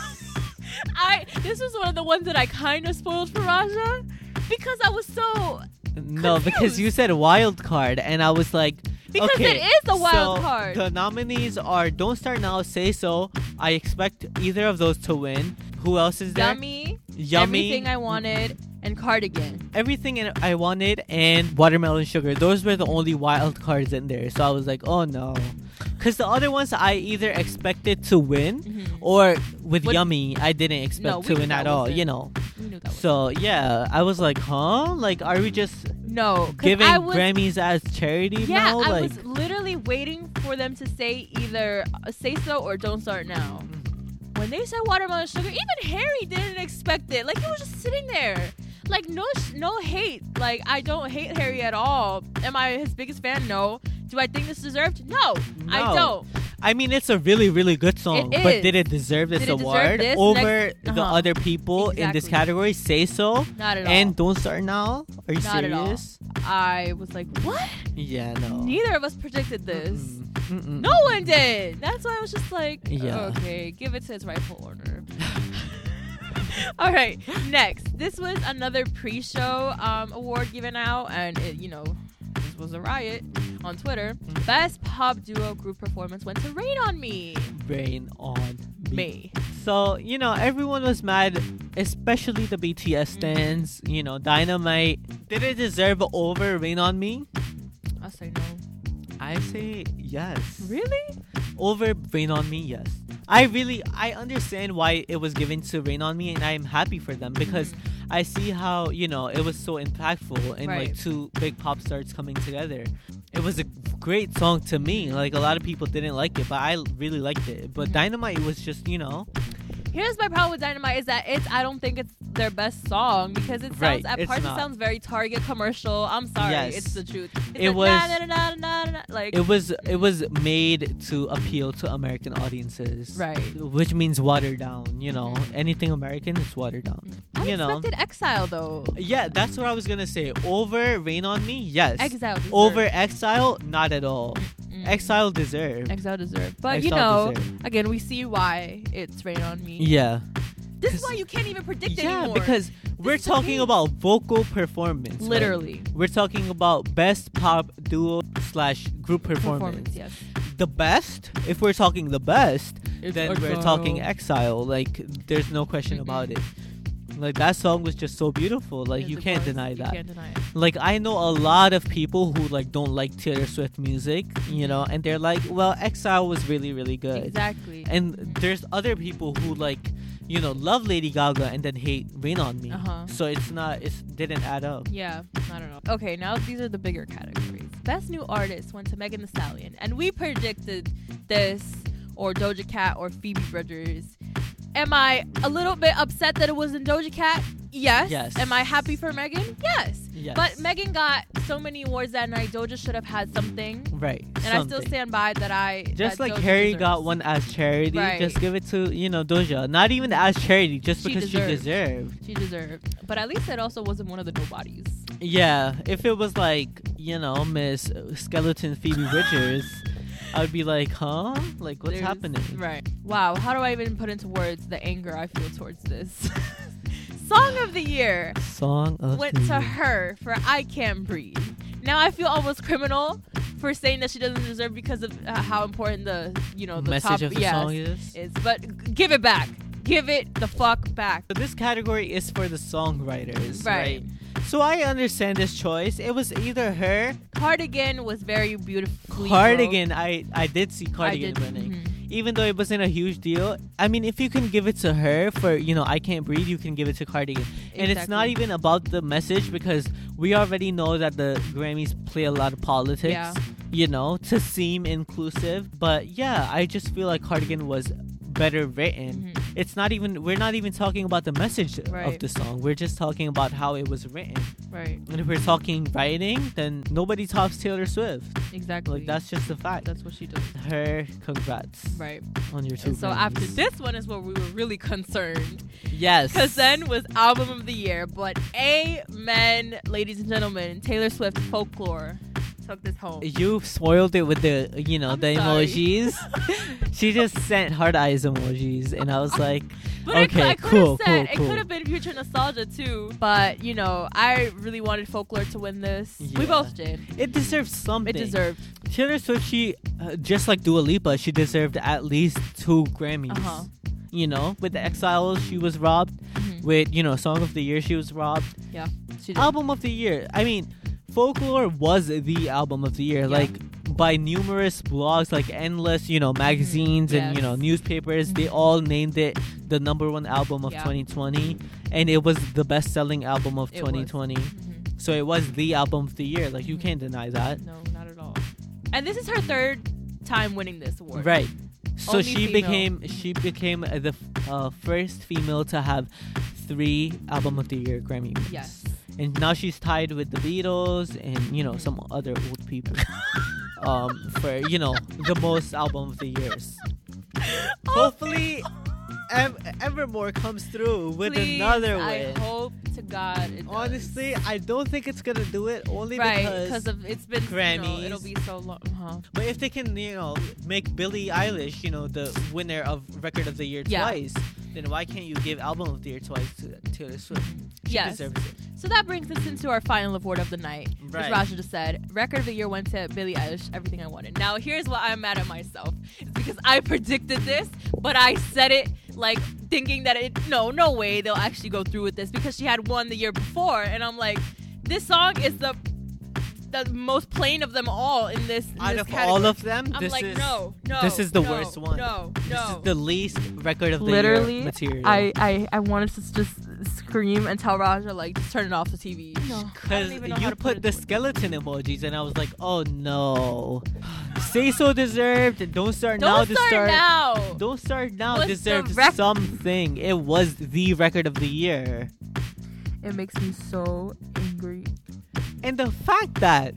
Speaker 3: I this was one of the ones that I kind of spoiled for Raja because I was so
Speaker 2: no, because you said wild card, and I was like,
Speaker 3: because
Speaker 2: okay,
Speaker 3: it is a wild
Speaker 2: so
Speaker 3: card.
Speaker 2: The nominees are Don't Start Now, Say So. I expect either of those to win. Who else is there?
Speaker 3: Dummy,
Speaker 2: Yummy.
Speaker 3: everything I wanted, and Cardigan.
Speaker 2: Everything in- I wanted and watermelon sugar. Those were the only wild cards in there. So I was like, oh no. Because the other ones I either expected to win
Speaker 3: Oh,
Speaker 2: or with
Speaker 3: What-
Speaker 2: Yummy, I didn't expect
Speaker 3: No, we
Speaker 2: to
Speaker 3: knew
Speaker 2: win
Speaker 3: that
Speaker 2: at all,
Speaker 3: wasn't-
Speaker 2: you know.
Speaker 3: We knew that was
Speaker 2: So yeah, I was like, huh? Like, are we just
Speaker 3: no 'cause
Speaker 2: giving
Speaker 3: I was,
Speaker 2: Grammys as charity
Speaker 3: Yeah,
Speaker 2: now?
Speaker 3: I
Speaker 2: Like,
Speaker 3: was literally waiting for them to say either uh, say so or don't start now. When they said watermelon sugar, even Harry didn't expect it. Like it was just sitting there. Like no, sh- no hate. Like I don't hate Harry at all. Am I his biggest fan? No. Do I think this deserved? No, I
Speaker 2: No.
Speaker 3: don't.
Speaker 2: I mean, it's a really, really good song,
Speaker 3: It
Speaker 2: but
Speaker 3: is.
Speaker 2: did it deserve this
Speaker 3: Did it deserve
Speaker 2: award
Speaker 3: this?
Speaker 2: over
Speaker 3: Next-
Speaker 2: the
Speaker 3: uh-huh.
Speaker 2: other people in this
Speaker 3: Exactly.
Speaker 2: category? Say so
Speaker 3: Not at
Speaker 2: and don't start now. Are you
Speaker 3: Not at all.
Speaker 2: serious?
Speaker 3: all. I was like, what?
Speaker 2: Yeah, no.
Speaker 3: Neither of us predicted this.
Speaker 2: Mm-mm. Mm-mm.
Speaker 3: No one did. That's why I was just like,
Speaker 2: Yeah.
Speaker 3: okay, give it to its rightful order. All right, next. This was another pre-show um, award given out, and it, you know, this was a riot on Twitter.
Speaker 2: Mhm.
Speaker 3: Best pop duo group performance went to "Rain on Me."
Speaker 2: Rain on me.
Speaker 3: Me.
Speaker 2: So you know, everyone was mad, especially the BTS stands. You know, Dynamite. Did it deserve over Rain on Me?
Speaker 3: I say no.
Speaker 2: I say yes.
Speaker 3: Really?
Speaker 2: over Rain on Me, yes. I really I understand why it was given to Rain on Me and I am happy for them because I see how, you know, it was so impactful and
Speaker 3: Right.
Speaker 2: like two big pop stars coming together. It was a great song to me. Like a lot of people didn't like it, but I really liked it. But
Speaker 3: Mhm.
Speaker 2: Dynamite was just, you know,
Speaker 3: Here's my problem with Dynamite is that it's I don't think it's their best song because it sounds
Speaker 2: Right,
Speaker 3: at
Speaker 2: it's
Speaker 3: parts
Speaker 2: not.
Speaker 3: it sounds very Target commercial. I'm sorry,
Speaker 2: Yes.
Speaker 3: it's the truth. It's
Speaker 2: It
Speaker 3: like,
Speaker 2: was-
Speaker 3: na, na, na, na, na, na, like
Speaker 2: it was it was made to appeal to American audiences.
Speaker 3: Right. Mm-hmm.
Speaker 2: Which means watered down, you know. Anything American is watered down.
Speaker 3: I
Speaker 2: you know.
Speaker 3: expected Exile though.
Speaker 2: Yeah, that's what I was gonna say. Over Rain on Me, yes.
Speaker 3: Exile deserved.
Speaker 2: Over Exile, not at all.
Speaker 3: Mm.
Speaker 2: Exile deserved.
Speaker 3: Exile deserved. But you
Speaker 2: Exile
Speaker 3: know,
Speaker 2: deserved.
Speaker 3: again, we see why it's rain on me.
Speaker 2: Yeah.
Speaker 3: This is why you can't even predict
Speaker 2: yeah,
Speaker 3: anymore.
Speaker 2: because we're
Speaker 3: is
Speaker 2: talking
Speaker 3: okay.
Speaker 2: about vocal performance. right?
Speaker 3: literally
Speaker 2: We're talking about best pop duo slash group performance.
Speaker 3: performance. Yes.
Speaker 2: The best, if we're talking the best, then we're talking Exile. Like, there's no question
Speaker 3: Mhm.
Speaker 2: about it. Like that song was just so beautiful. Like
Speaker 3: Yes,
Speaker 2: you
Speaker 3: it
Speaker 2: can't
Speaker 3: was.
Speaker 2: deny that.
Speaker 3: You can't deny it.
Speaker 2: like I know a lot of people who like don't like Taylor Swift music, you know, and they're like, well, Exile was really really good.
Speaker 3: Exactly.
Speaker 2: And there's other people who like, you know, love Lady Gaga and then hate Rain on Me.
Speaker 3: Uh-huh.
Speaker 2: So it's not it didn't add up.
Speaker 3: yeah, I don't know. Okay, now these are the bigger categories. Best new artist went to Megan Thee Stallion, and we predicted this or Doja Cat or Phoebe Bridgers. Am I a little bit upset that it wasn't Doja Cat? Yes.
Speaker 2: Yes.
Speaker 3: Am I happy for Megan? Yes.
Speaker 2: Yes.
Speaker 3: But Megan got so many awards that night. Doja should have had something,
Speaker 2: right.
Speaker 3: and I still
Speaker 2: something.
Speaker 3: stand by that. I
Speaker 2: just
Speaker 3: that
Speaker 2: like
Speaker 3: Doja
Speaker 2: Harry
Speaker 3: deserves.
Speaker 2: got one as charity,
Speaker 3: Right.
Speaker 2: just give it to you know Doja. Not even as charity, just
Speaker 3: She
Speaker 2: because she
Speaker 3: deserved.
Speaker 2: deserved.
Speaker 3: She deserved, but at least it also wasn't one of the nobodies.
Speaker 2: Yeah, if it was like you know Miss Skeleton Phoebe Richards, I would be like, huh? Like what's
Speaker 3: There's-
Speaker 2: happening?
Speaker 3: Right. Wow. How do I even put into words the anger I feel towards this? Song of the year
Speaker 2: Song of
Speaker 3: went
Speaker 2: the
Speaker 3: to
Speaker 2: year.
Speaker 3: her for "I Can't Breathe." Now I feel almost criminal for saying that she doesn't deserve because of uh, how important the you know the
Speaker 2: message
Speaker 3: top
Speaker 2: of the
Speaker 3: yes,
Speaker 2: song is.
Speaker 3: is. But g- give it back. Give it the fuck back.
Speaker 2: So this category is for the songwriters,
Speaker 3: Right.
Speaker 2: right? So I understand this choice. It was either her
Speaker 3: Cardigan was very beautiful.
Speaker 2: cardigan. I I did see cardigan
Speaker 3: I did,
Speaker 2: winning.
Speaker 3: mhm.
Speaker 2: Even though it wasn't a huge deal, I mean, if you can give it to her for, you know, I can't breathe, you can give it to Cardigan. And it's not
Speaker 3: Exactly.
Speaker 2: even about the message because we already know that the Grammys play a lot of politics,
Speaker 3: Yeah.
Speaker 2: you know, to seem inclusive. But yeah, I just feel like Cardigan was better written.
Speaker 3: Mhm.
Speaker 2: It's not even, we're not even talking about the message of
Speaker 3: Right.
Speaker 2: the song. We're just talking about how it was written.
Speaker 3: Right.
Speaker 2: And if we're talking writing, then nobody tops Taylor Swift.
Speaker 3: Exactly.
Speaker 2: Like, that's just a fact.
Speaker 3: that's what she does.
Speaker 2: her congrats
Speaker 3: Right.
Speaker 2: on your two
Speaker 3: And so after
Speaker 2: Grammys.
Speaker 3: this one is where we were really concerned.
Speaker 2: yes
Speaker 3: Because then was album of the year. But amen, ladies and gentlemen, Taylor Swift folklore took this home.
Speaker 2: You spoiled it with the, you know,
Speaker 3: I'm
Speaker 2: the
Speaker 3: sorry.
Speaker 2: emojis. she just sent hard eyes emojis, and I was like,
Speaker 3: But
Speaker 2: Okay,
Speaker 3: it, I could have
Speaker 2: cool,
Speaker 3: said
Speaker 2: cool, cool.
Speaker 3: it could have been future nostalgia too. But you know, I really wanted folklore to win this.
Speaker 2: Yeah.
Speaker 3: We both did.
Speaker 2: it deserves something.
Speaker 3: It deserved.
Speaker 2: Taylor Swift, she, uh, just like Dua Lipa, she deserved at least two Grammys.
Speaker 3: Uh-huh.
Speaker 2: You know, with the Exiles, she was robbed.
Speaker 3: Mhm.
Speaker 2: With, you know, Song of the Year, she was robbed.
Speaker 3: She did.
Speaker 2: Album of the Year, I mean, Folklore was the album of the year.
Speaker 3: Yeah.
Speaker 2: Like, by numerous blogs, like endless, you know, magazines and, you know,
Speaker 3: Yes.
Speaker 2: newspapers, they all named it the number one album of
Speaker 3: Yeah.
Speaker 2: 2020. And it was the best selling album of
Speaker 3: It was.
Speaker 2: 2020.
Speaker 3: Mhm.
Speaker 2: So it was the album of the year. Like, you
Speaker 3: Mhm.
Speaker 2: can't deny that.
Speaker 3: No, not at all. And this is her third time winning this award.
Speaker 2: Right. So
Speaker 3: Only
Speaker 2: she
Speaker 3: female.
Speaker 2: became she became uh, the f- uh, first female to have three album of the year Grammy. wins.
Speaker 3: Yes.
Speaker 2: And now she's tied with the Beatles and you know some other old people. um, for you know the most album of the years. Hopefully, ev- Evermore comes through with
Speaker 3: Please,
Speaker 2: another
Speaker 3: I
Speaker 2: win.
Speaker 3: hope to God. It does.
Speaker 2: Honestly, I don't think it's gonna do it only
Speaker 3: Right,
Speaker 2: because.
Speaker 3: because of it's been you know,
Speaker 2: Grammys.
Speaker 3: it'll be so long. Uh-huh.
Speaker 2: but if they can, you know, make Billie Eilish, you know, the winner of Record of the Year
Speaker 3: Yeah.
Speaker 2: twice, then why can't you give Album of the Year twice to Taylor Swift? She
Speaker 3: Yes.
Speaker 2: deserves it.
Speaker 3: So that brings us into our final award of the night.
Speaker 2: Right.
Speaker 3: As Raja just said, record of the year went to Billie Eilish, Everything I Wanted. Now, here's why I'm mad at myself. It's because I predicted this, but I said it like thinking that it, no, no way they'll actually go through with this because she had one the year before. And I'm like, this song is the the most plain of them all in this, in
Speaker 2: Out
Speaker 3: this
Speaker 2: of
Speaker 3: category.
Speaker 2: all of them,
Speaker 3: I'm
Speaker 2: this
Speaker 3: like,
Speaker 2: is
Speaker 3: no, no.
Speaker 2: this is the
Speaker 3: no,
Speaker 2: worst one.
Speaker 3: No, no.
Speaker 2: this is the least Record of the
Speaker 3: Literally,
Speaker 2: Year material.
Speaker 3: I, I, I wanted to just scream and tell Raja like just turn it off the TV.
Speaker 2: Because you put the skeleton emojis, and I was like, oh no. Say so deserved. Don't start now.
Speaker 3: Don't
Speaker 2: to
Speaker 3: start, now.
Speaker 2: Don't start now.
Speaker 3: Was the
Speaker 2: deserved
Speaker 3: rec-
Speaker 2: something. It was the record of the year,
Speaker 3: It makes me so angry.
Speaker 2: and the fact that.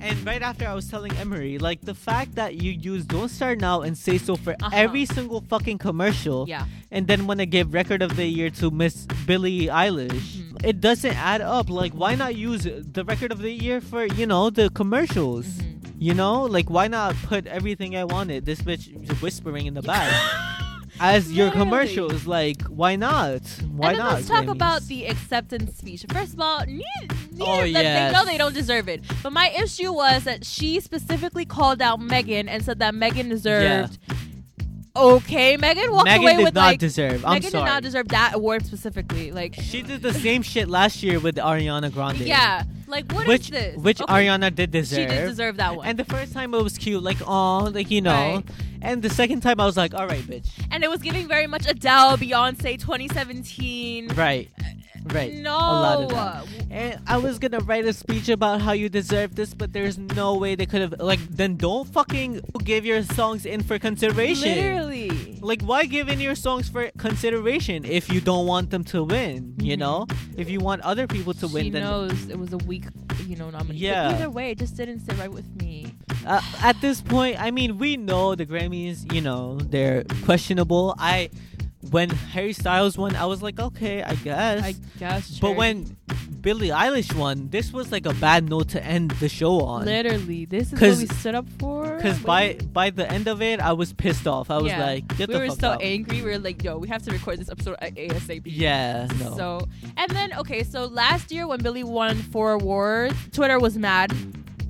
Speaker 2: And right after I was telling Emery, like the fact that you use "Don't Start Now" and "Say So" for
Speaker 3: Uh-huh.
Speaker 2: every single fucking commercial,
Speaker 3: Yeah.
Speaker 2: and then want to give record of the year to Miss Billie Eilish.
Speaker 3: Mhm.
Speaker 2: It doesn't add up. Like, why not use the record of the year for, you know, the commercials?
Speaker 3: Mm-hmm.
Speaker 2: You know, like, why not put everything I wanted? This bitch is whispering in the back. As your
Speaker 3: Literally.
Speaker 2: commercials, like, why not? Why
Speaker 3: and then
Speaker 2: not?
Speaker 3: let's talk about
Speaker 2: Grammys?
Speaker 3: the acceptance speech. First of all, neither, neither
Speaker 2: Oh,
Speaker 3: of them,
Speaker 2: yes.
Speaker 3: they know they don't deserve it. But my issue was that she specifically called out Megan and said that Megan deserved. Okay, Megan walked
Speaker 2: Megan
Speaker 3: away
Speaker 2: did
Speaker 3: with
Speaker 2: not
Speaker 3: like
Speaker 2: deserve. I'm
Speaker 3: Megan
Speaker 2: sorry.
Speaker 3: did not deserve that award specifically. Like,
Speaker 2: she did the same shit last year with Ariana Grande.
Speaker 3: yeah, like what is
Speaker 2: which
Speaker 3: this?
Speaker 2: which
Speaker 3: Okay,
Speaker 2: Ariana did deserve.
Speaker 3: She did deserve that one.
Speaker 2: And the first time it was cute, like oh, like you know.
Speaker 3: Right.
Speaker 2: And the second time I was like, all right, bitch.
Speaker 3: and it was giving very much Adele, Beyonce, 2017.
Speaker 2: Right, right.
Speaker 3: No,
Speaker 2: A lot of that. And I was gonna write a speech about how you deserve this, but there's no way they could have. Like, then don't fucking give your songs in for consideration.
Speaker 3: literally.
Speaker 2: Like, why give in your songs for consideration if you don't want them to win? You
Speaker 3: Mhm.
Speaker 2: know, if you want other people to win,
Speaker 3: she
Speaker 2: then
Speaker 3: knows it was a weak, you know, nominee.
Speaker 2: Yeah.
Speaker 3: But either way, it just didn't sit right with me.
Speaker 2: uh, at this point, I mean, we know the Grammys, you know, they're questionable. I, when Harry Styles won, I was like, okay, I guess.
Speaker 3: I guess.
Speaker 2: but when Billie Eilish won, this was like a bad note to end the show on.
Speaker 3: literally, this is what
Speaker 2: 'Cause-
Speaker 3: we stood up for.
Speaker 2: Because
Speaker 3: What
Speaker 2: by
Speaker 3: you-
Speaker 2: by the end of it, I was pissed off. I was
Speaker 3: Yeah.
Speaker 2: like, get
Speaker 3: we
Speaker 2: the
Speaker 3: were
Speaker 2: fuck
Speaker 3: so
Speaker 2: out.
Speaker 3: angry. We were like, yo, we have to record this episode at ASAP.
Speaker 2: Yeah, no.
Speaker 3: So and then okay, so last year when Billy won four awards, Twitter was mad.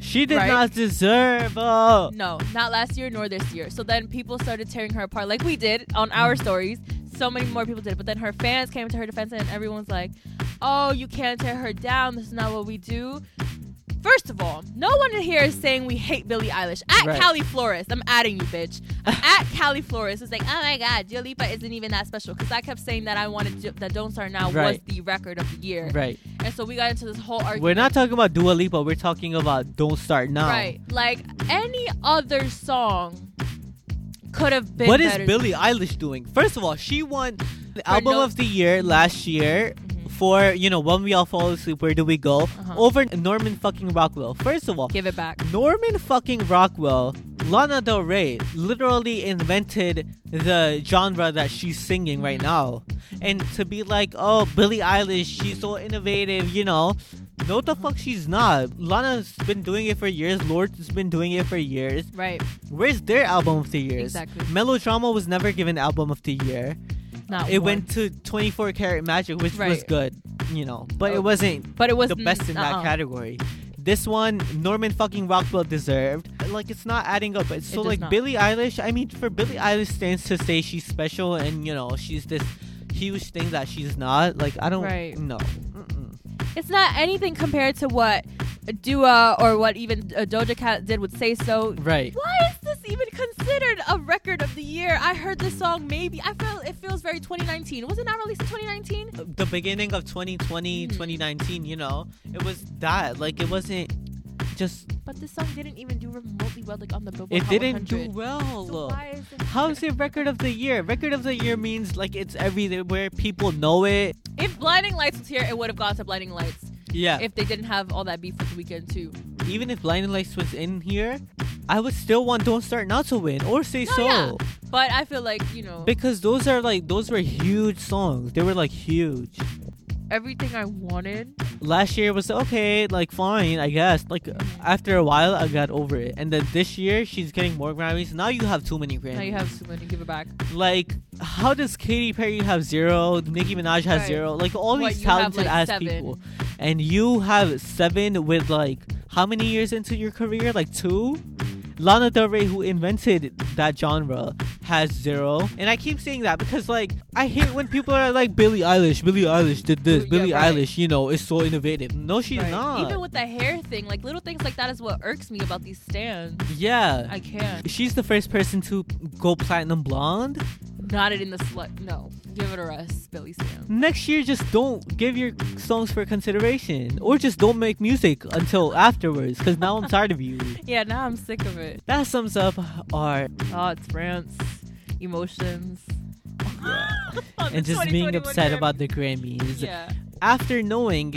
Speaker 2: she did
Speaker 3: right?
Speaker 2: not deserve. Uh,
Speaker 3: No, not last year nor this year. So then people started tearing her apart like we did on our stories. So many more people did. But then her fans came to her defense and everyone's like, oh, you can't tear her down. This is not what we do. First of all, no one in here is saying we hate Billie Eilish. At
Speaker 2: Right.
Speaker 3: Cali Flores, I'm adding you, bitch. At Cali Flores is like, oh my God, Dua Lipa isn't even that special. Because I kept saying that I wanted Ju- that Don't Start Now was
Speaker 2: Right.
Speaker 3: the record of the year.
Speaker 2: Right.
Speaker 3: And so we got into this whole argument.
Speaker 2: We're not talking about Dua Lipa. We're talking about Don't Start Now.
Speaker 3: Right. Like any other song could have been
Speaker 2: What is
Speaker 3: better.
Speaker 2: Billie Eilish doing? First of all, she won the album
Speaker 3: no-
Speaker 2: of the year last year
Speaker 3: Mhm.
Speaker 2: for you know when we all fall asleep. Where do we go?
Speaker 3: Uh-huh.
Speaker 2: Over Norman fucking Rockwell. First of all,
Speaker 3: Give it back.
Speaker 2: Norman fucking Rockwell, Lana Del Rey, literally invented the genre that she's singing right
Speaker 3: Mm-hmm.
Speaker 2: now. And to be like, oh, Billie Eilish, she's so innovative, you know. No, the fuck, she's not. Lana's been doing it for years. Lord's been doing it for years.
Speaker 3: Right.
Speaker 2: Where's their album of the year?
Speaker 3: Exactly.
Speaker 2: Melodrama was never given album of the year.
Speaker 3: Not
Speaker 2: It
Speaker 3: one.
Speaker 2: went to 24 Karat Magic, which was
Speaker 3: Right.
Speaker 2: good, you know. But
Speaker 3: Oh.
Speaker 2: it wasn't
Speaker 3: but it was
Speaker 2: the best in
Speaker 3: uh-uh.
Speaker 2: that category. This one, Norman fucking Rockwell deserved. Like, it's not adding up. It's so,
Speaker 3: does
Speaker 2: like,
Speaker 3: not.
Speaker 2: Billie Eilish, I mean, for Billie Eilish stands to say she's special and, you know, she's this huge thing that she's not. Like, I don't
Speaker 3: Right.
Speaker 2: know. Mm-mm.
Speaker 3: It's not anything compared to what Dua or what even uh, Doja Cat did with Say So.
Speaker 2: Right.
Speaker 3: Why is this even considered a record of the year? I heard this song maybe. I feel it feels very 2019. Was it not released in 2019?
Speaker 2: The beginning of 2020,
Speaker 3: Mhm.
Speaker 2: 2019, you know, it was that. Like, it wasn't just,
Speaker 3: But this song didn't even do remotely well, like on the Billboard.
Speaker 2: it
Speaker 3: Hot
Speaker 2: didn't
Speaker 3: 100.
Speaker 2: do well.
Speaker 3: So why is it?
Speaker 2: How is it record of the year? Record of the year means, like, it's everywhere. People know it.
Speaker 3: If Blinding Lights was here, it would have gone to Blinding Lights.
Speaker 2: Yeah.
Speaker 3: If they didn't have all that beef with the weekend too.
Speaker 2: even if Blinding Lights was in here, I would still want Don't Start Now to win or Say
Speaker 3: No,
Speaker 2: So
Speaker 3: Oh, yeah. But I feel like you know
Speaker 2: because those are like those were huge songs. They were like huge.
Speaker 3: everything I wanted.
Speaker 2: Last year was okay, like fine, I guess. Like after a while, I got over it. And then this year, she's getting more Grammys. Now you have too many Grammys.
Speaker 3: Now you have too many. Give it back.
Speaker 2: like how does Katy Perry have zero? Nicki Minaj has
Speaker 3: Right.
Speaker 2: zero. Like all
Speaker 3: What,
Speaker 2: these
Speaker 3: you have,
Speaker 2: talented
Speaker 3: like,
Speaker 2: ass
Speaker 3: seven.
Speaker 2: people, and you have seven with like how many years into your career? Like two. Lana Del Rey, who invented that genre, has zero. And I keep saying that because like I hate when people are like Billie Eilish. Billie Eilish did this.
Speaker 3: Yeah,
Speaker 2: Billie
Speaker 3: right.
Speaker 2: Eilish, you know, is so innovative. No, she's
Speaker 3: Right.
Speaker 2: not.
Speaker 3: Even with the hair thing, like little things like that is what irks me about these stands.
Speaker 2: yeah.
Speaker 3: I can't.
Speaker 2: She's the first person to go platinum blonde.
Speaker 3: Not it in the slut. No, give it a rest, Billy Stan.
Speaker 2: next year just don't give your songs for consideration or just don't make music until afterwards because now i'm tired of you
Speaker 3: Yeah, now I'm sick of it.
Speaker 2: that sums up our
Speaker 3: Thoughts, rants, emotions. On the
Speaker 2: and just being
Speaker 3: 2021
Speaker 2: upset
Speaker 3: year.
Speaker 2: about the grammys
Speaker 3: Yeah
Speaker 2: after knowing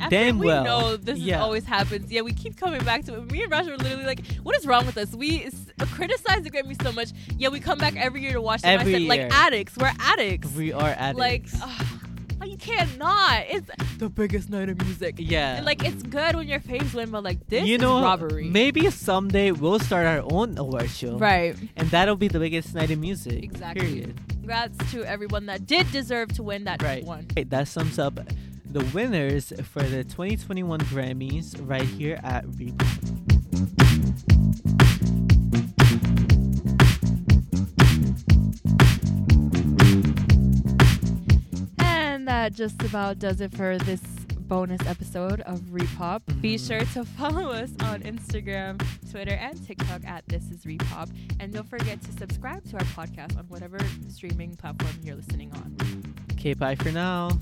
Speaker 3: After
Speaker 2: damn
Speaker 3: we
Speaker 2: well
Speaker 3: know this is
Speaker 2: yeah
Speaker 3: always happens. Yeah, we keep coming back to it. Me and Raj were literally like, "What is wrong with us? We s- criticize the Grammys so much. Yeah, we come back every year to watch them.
Speaker 2: Every
Speaker 3: I said,
Speaker 2: year.
Speaker 3: like addicts. We're addicts.
Speaker 2: we are at
Speaker 3: Like, uh, ugh, you can't not. It's the biggest night of music.
Speaker 2: yeah
Speaker 3: And, like it's good when your faves win, but like this
Speaker 2: you
Speaker 3: is
Speaker 2: know
Speaker 3: robbery.
Speaker 2: maybe someday we'll start our own award show
Speaker 3: right.
Speaker 2: and that'll be the biggest night in music
Speaker 3: Exactly.
Speaker 2: period.
Speaker 3: Congrats to everyone that did deserve to win that
Speaker 2: Right.
Speaker 3: one.
Speaker 2: Right, that sums up the winners for the 2021 Grammys right here at Reap.
Speaker 3: And that just about does it for this bonus episode of Repop. Be
Speaker 2: Mhm.
Speaker 3: sure to follow us on Instagram, Twitter, and TikTok at This Is Repop. And don't forget to subscribe to our podcast on whatever streaming platform you're listening on.
Speaker 2: Okay, bye for now.